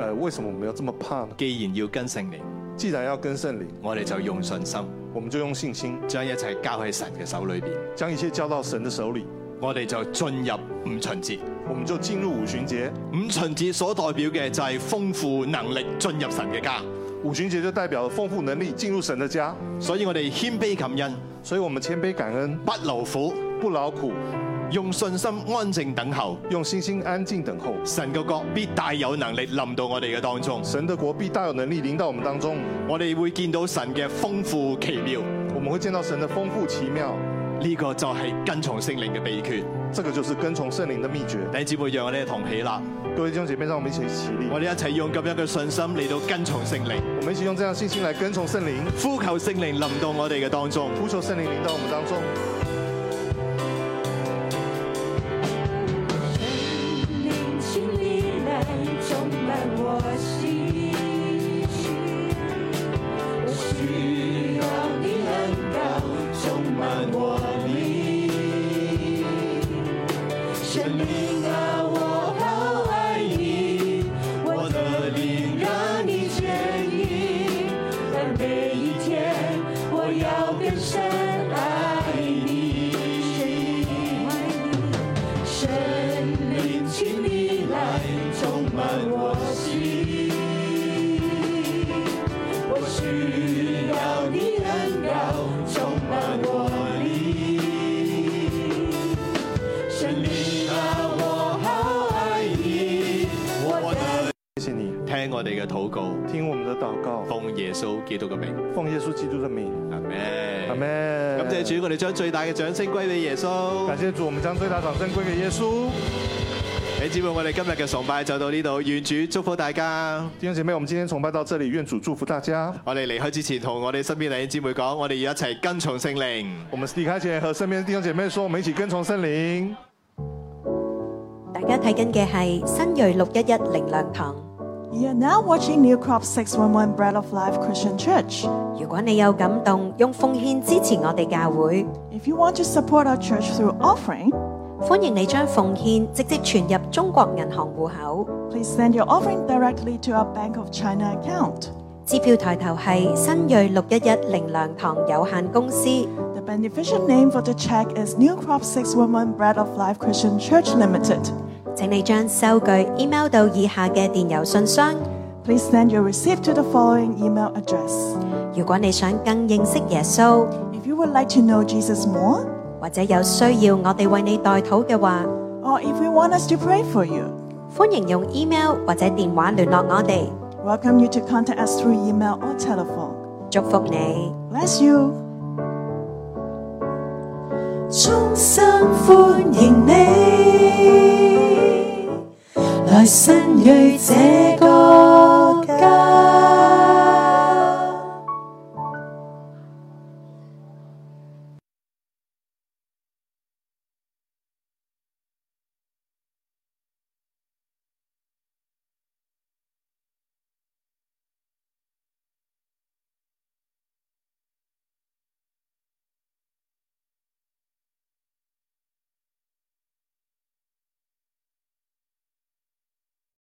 [SPEAKER 2] 呃，为什么我们要这么怕呢？
[SPEAKER 4] 既然要跟聖靈，
[SPEAKER 2] 既然要跟圣灵，
[SPEAKER 4] 我哋就用信心
[SPEAKER 2] 我们就用信心
[SPEAKER 4] 將一切交喺神嘅手裏邊，
[SPEAKER 2] 将一切交到神的手里，
[SPEAKER 4] 我哋就進入五旬節。
[SPEAKER 2] 我们就进入五旬节。
[SPEAKER 4] 五旬節所代表嘅就係豐富能力進入神嘅家，
[SPEAKER 2] 五旬节就代表了丰富能力进入神的家，
[SPEAKER 4] 所以我哋謙卑感恩，
[SPEAKER 2] 所以我们谦卑感恩，
[SPEAKER 4] 不勞苦，
[SPEAKER 2] 不劳苦，
[SPEAKER 4] 用信心安靜等候。
[SPEAKER 2] 用信心安静等候。
[SPEAKER 4] 神嘅國必大有能力臨到我哋嘅當中，
[SPEAKER 2] 神的国必大有能力临到我们当中，
[SPEAKER 4] 我哋會見到神嘅豐富奇妙。
[SPEAKER 2] 我们会见到神的丰富奇妙。
[SPEAKER 4] 呢、個就係跟從聖靈嘅秘訣。
[SPEAKER 2] 这个就是跟从圣灵的秘诀。
[SPEAKER 4] 弟兄姊妹，讓我哋同喜啦，
[SPEAKER 2] 各位弟兄姐妹，让我们一起起立，
[SPEAKER 4] 我哋一齊用咁樣嘅信心嚟到跟從聖靈，
[SPEAKER 2] 我们一起用这样的信心来跟从圣灵，
[SPEAKER 4] 呼求聖靈臨到我哋嘅當中。
[SPEAKER 2] 呼求圣灵临到我们当中。
[SPEAKER 5] 灵请你来充满我心，我需要你恩膏充满我灵，更深爱你，爱你，生命，请你来充满我心，我需要你恩膏充满我里，神灵啊，我好爱你，我的。
[SPEAKER 2] 谢谢你
[SPEAKER 4] 聽我哋嘅禱告，
[SPEAKER 2] 听我们的祷告，
[SPEAKER 4] 奉耶穌基督嘅名，
[SPEAKER 2] 奉耶稣基督的名，
[SPEAKER 4] 阿咩？
[SPEAKER 2] 阿门。
[SPEAKER 4] 感謝主，我哋將最大嘅掌聲歸俾耶穌
[SPEAKER 2] 感。谢主，我们将最大掌声归给耶稣。
[SPEAKER 4] 弟兄姊妹，我哋今日嘅崇拜就到呢度，願主祝福大家。
[SPEAKER 2] 弟兄姐妹，我们今天崇拜到这里，愿主祝福大家。
[SPEAKER 4] 我哋離開之前，同我哋身邊弟兄姊妹講，我哋要一齊跟從聖靈。
[SPEAKER 2] 我们离开前和身边的弟兄姐妹说，我们一起跟从圣灵。
[SPEAKER 6] 大家睇緊嘅係新锐六一一靈糧堂。
[SPEAKER 7] You're now watching New Crop 611 Bread of Life Christian Church.
[SPEAKER 6] 如果你有感動，用奉獻支持我哋教會，
[SPEAKER 7] If you want to support our church through offering,
[SPEAKER 6] 歡迎你將奉獻直接存入中國銀行户口。
[SPEAKER 7] please send your offering directly to our Bank of China account.
[SPEAKER 6] 支票抬頭係新锐六一一靈糧堂有限公司，
[SPEAKER 7] The beneficial name for the check is New Crop 611 Bread of Life Christian Church Limited.
[SPEAKER 6] 請你將收據 email 到以下嘅電郵信箱。
[SPEAKER 7] Please send your receipt to the following email address.
[SPEAKER 6] 如果你想更認識耶穌，
[SPEAKER 7] If you would like to know Jesus more,
[SPEAKER 6] 或者有需要我哋為你代禱嘅話，
[SPEAKER 7] or if you want us to pray for you,
[SPEAKER 6] 歡迎用 email 或者電話聯絡我哋。
[SPEAKER 7] welcome you to contact us through email or telephone.
[SPEAKER 6] 祝福你。
[SPEAKER 7] Bless you.
[SPEAKER 5] 衷心歡迎你，來新蕊這個